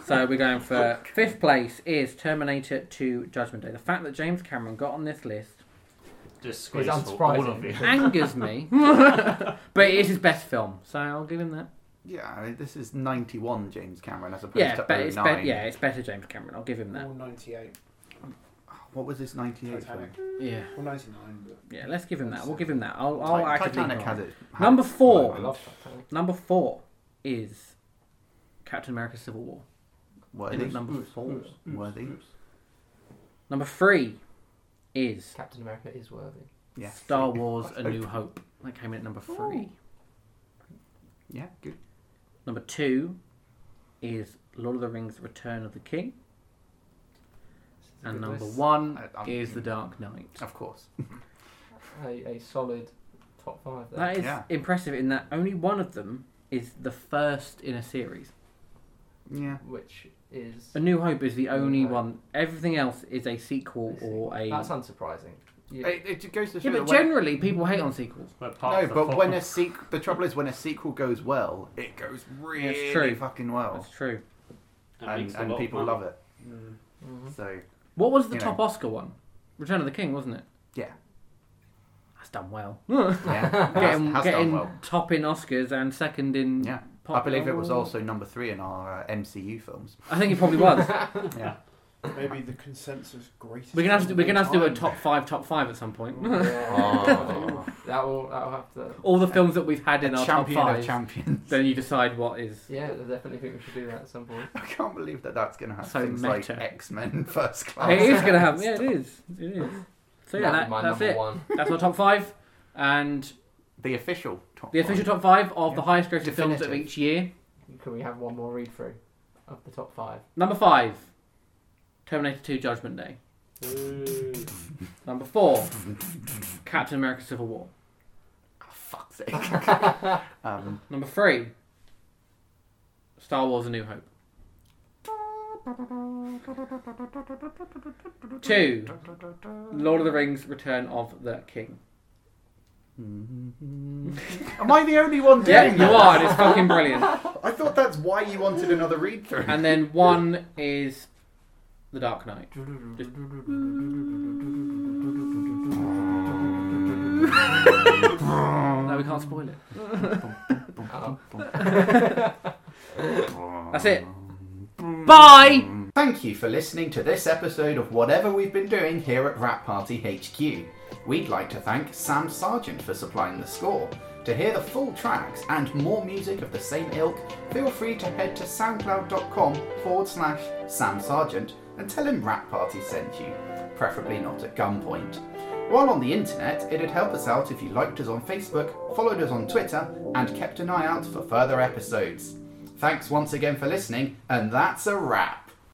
S1: so we're going for fifth place is Terminator 2: Judgment Day. The fact that James Cameron got on this list
S2: Disgraceful.
S4: unsurprising.
S2: All of you.
S1: angers me, but it is his best film, so I'll give him that.
S3: Yeah, I mean, this is ninety one James Cameron as opposed
S1: Yeah,
S3: to
S1: but it's
S3: 09.
S1: be- yeah, it's better James Cameron. I'll give him that.
S5: Or ninety eight.
S3: What was this ninety eight
S5: Titanic.
S1: Yeah,
S5: Or ninety nine. But
S1: yeah. Let's give him that. We'll give him that. I'll, I'll actively
S3: Titanic
S1: cry.
S3: has it.
S1: Number four.
S4: I love Titanic.
S1: Number four is Captain America: Civil War.
S3: Worthy.
S1: It was number four.
S3: Worthy.
S1: Number three is
S4: Captain America is worthy.
S3: Yeah. Oh,
S1: Star Wars: A New Hope. That came in at number three.
S3: Yeah, good.
S1: Number two is Lord of the Rings: Return of the King.
S4: This is a
S1: And
S4: good
S1: number
S4: list.
S1: one
S3: I- I'm-
S1: is The Dark Knight.
S3: Of course.
S4: a, a solid top five. There.
S1: That is
S3: Yeah.
S1: impressive in that only one of them is the first in a series.
S3: Yeah.
S4: which is
S1: A New Hope is the
S4: A New
S1: only
S4: Hope.
S1: one. Everything else is a sequel
S4: I see.
S1: or a.
S4: that's unsurprising. You-
S3: It, it goes to show
S1: yeah,
S3: that
S1: but
S3: when-
S1: generally people hate
S3: Mm-hmm.
S1: on sequels.
S2: We're part
S3: No,
S2: of the
S3: but
S2: four.
S3: when a sequ- the trouble is when a sequel goes well, it goes really
S1: true.
S3: fucking well,
S1: That's true.
S2: It
S3: and,
S2: makes a
S3: and
S2: lot of
S3: people
S2: money.
S3: love it.
S5: mm.
S1: Mm-hmm.
S4: Mhm.
S3: So
S1: What was the
S3: You
S1: top
S3: know.
S1: Oscar one? Return of the King, wasn't it?
S3: Yeah.
S1: That's done well.
S3: yeah,
S1: getting
S3: has, has
S1: getting
S3: done well.
S1: top in Oscars and second in.
S3: Yeah, I
S1: pop-
S3: believe it was also number three in our uh, MCU films.
S1: I think it probably was.
S3: Yeah,
S5: Maybe the consensus greatest.
S1: we're gonna have to, we're gonna have to do a
S5: time.
S1: top five, top five at some point.
S3: Mm.
S4: Yeah. Oh, that will that will have to.
S1: All the films that we've had in
S3: a
S1: our
S3: champion
S1: top
S3: of
S1: five.
S3: champions.
S1: then you decide what is.
S4: Yeah, I definitely think we should do that at some point.
S3: I can't believe that that's going to have
S1: So
S3: things like
S1: meta.
S3: X Men First Class.
S1: It is gonna happen. Yeah, it is. It is. So yeah,
S4: That'd
S1: that,
S4: be my
S1: that's
S4: number
S1: it.
S4: one.
S1: That's our top five, and
S3: The official top.
S1: the official top five of the
S3: Yeah.
S1: highest grossing films of
S3: Definitive.
S1: each year.
S4: Can we have one more read through of the top five?
S1: Number five, Terminator Two: Judgment Day.
S5: Ooh.
S1: Number four, Captain America: Civil War.
S3: Oh, fuck's sake. um,
S1: Number three, Star Wars: A New Hope. Two, Lord of the Rings: Return of the King.
S3: am I the only one doing
S1: Yeah, you
S3: this?
S1: are. and It's fucking brilliant.
S3: I thought that's why you wanted another read through.
S1: And then one is The Dark Knight. No, we can't spoil it.
S4: Oh.
S1: That's it. Bye.
S3: Thank you for listening to this episode of whatever we've been doing here at Rap Party HQ. We'd like to thank Sam Sargent for supplying the score. To hear the full tracks and more music of the same ilk, feel free to head to soundcloud.com forward slash Sam Sargent and tell him Rap Party sent you, preferably not at gunpoint. While on the internet, it'd help us out if you liked us on Facebook, followed us on Twitter, and kept an eye out for further episodes. Thanks once again for listening, and that's a wrap.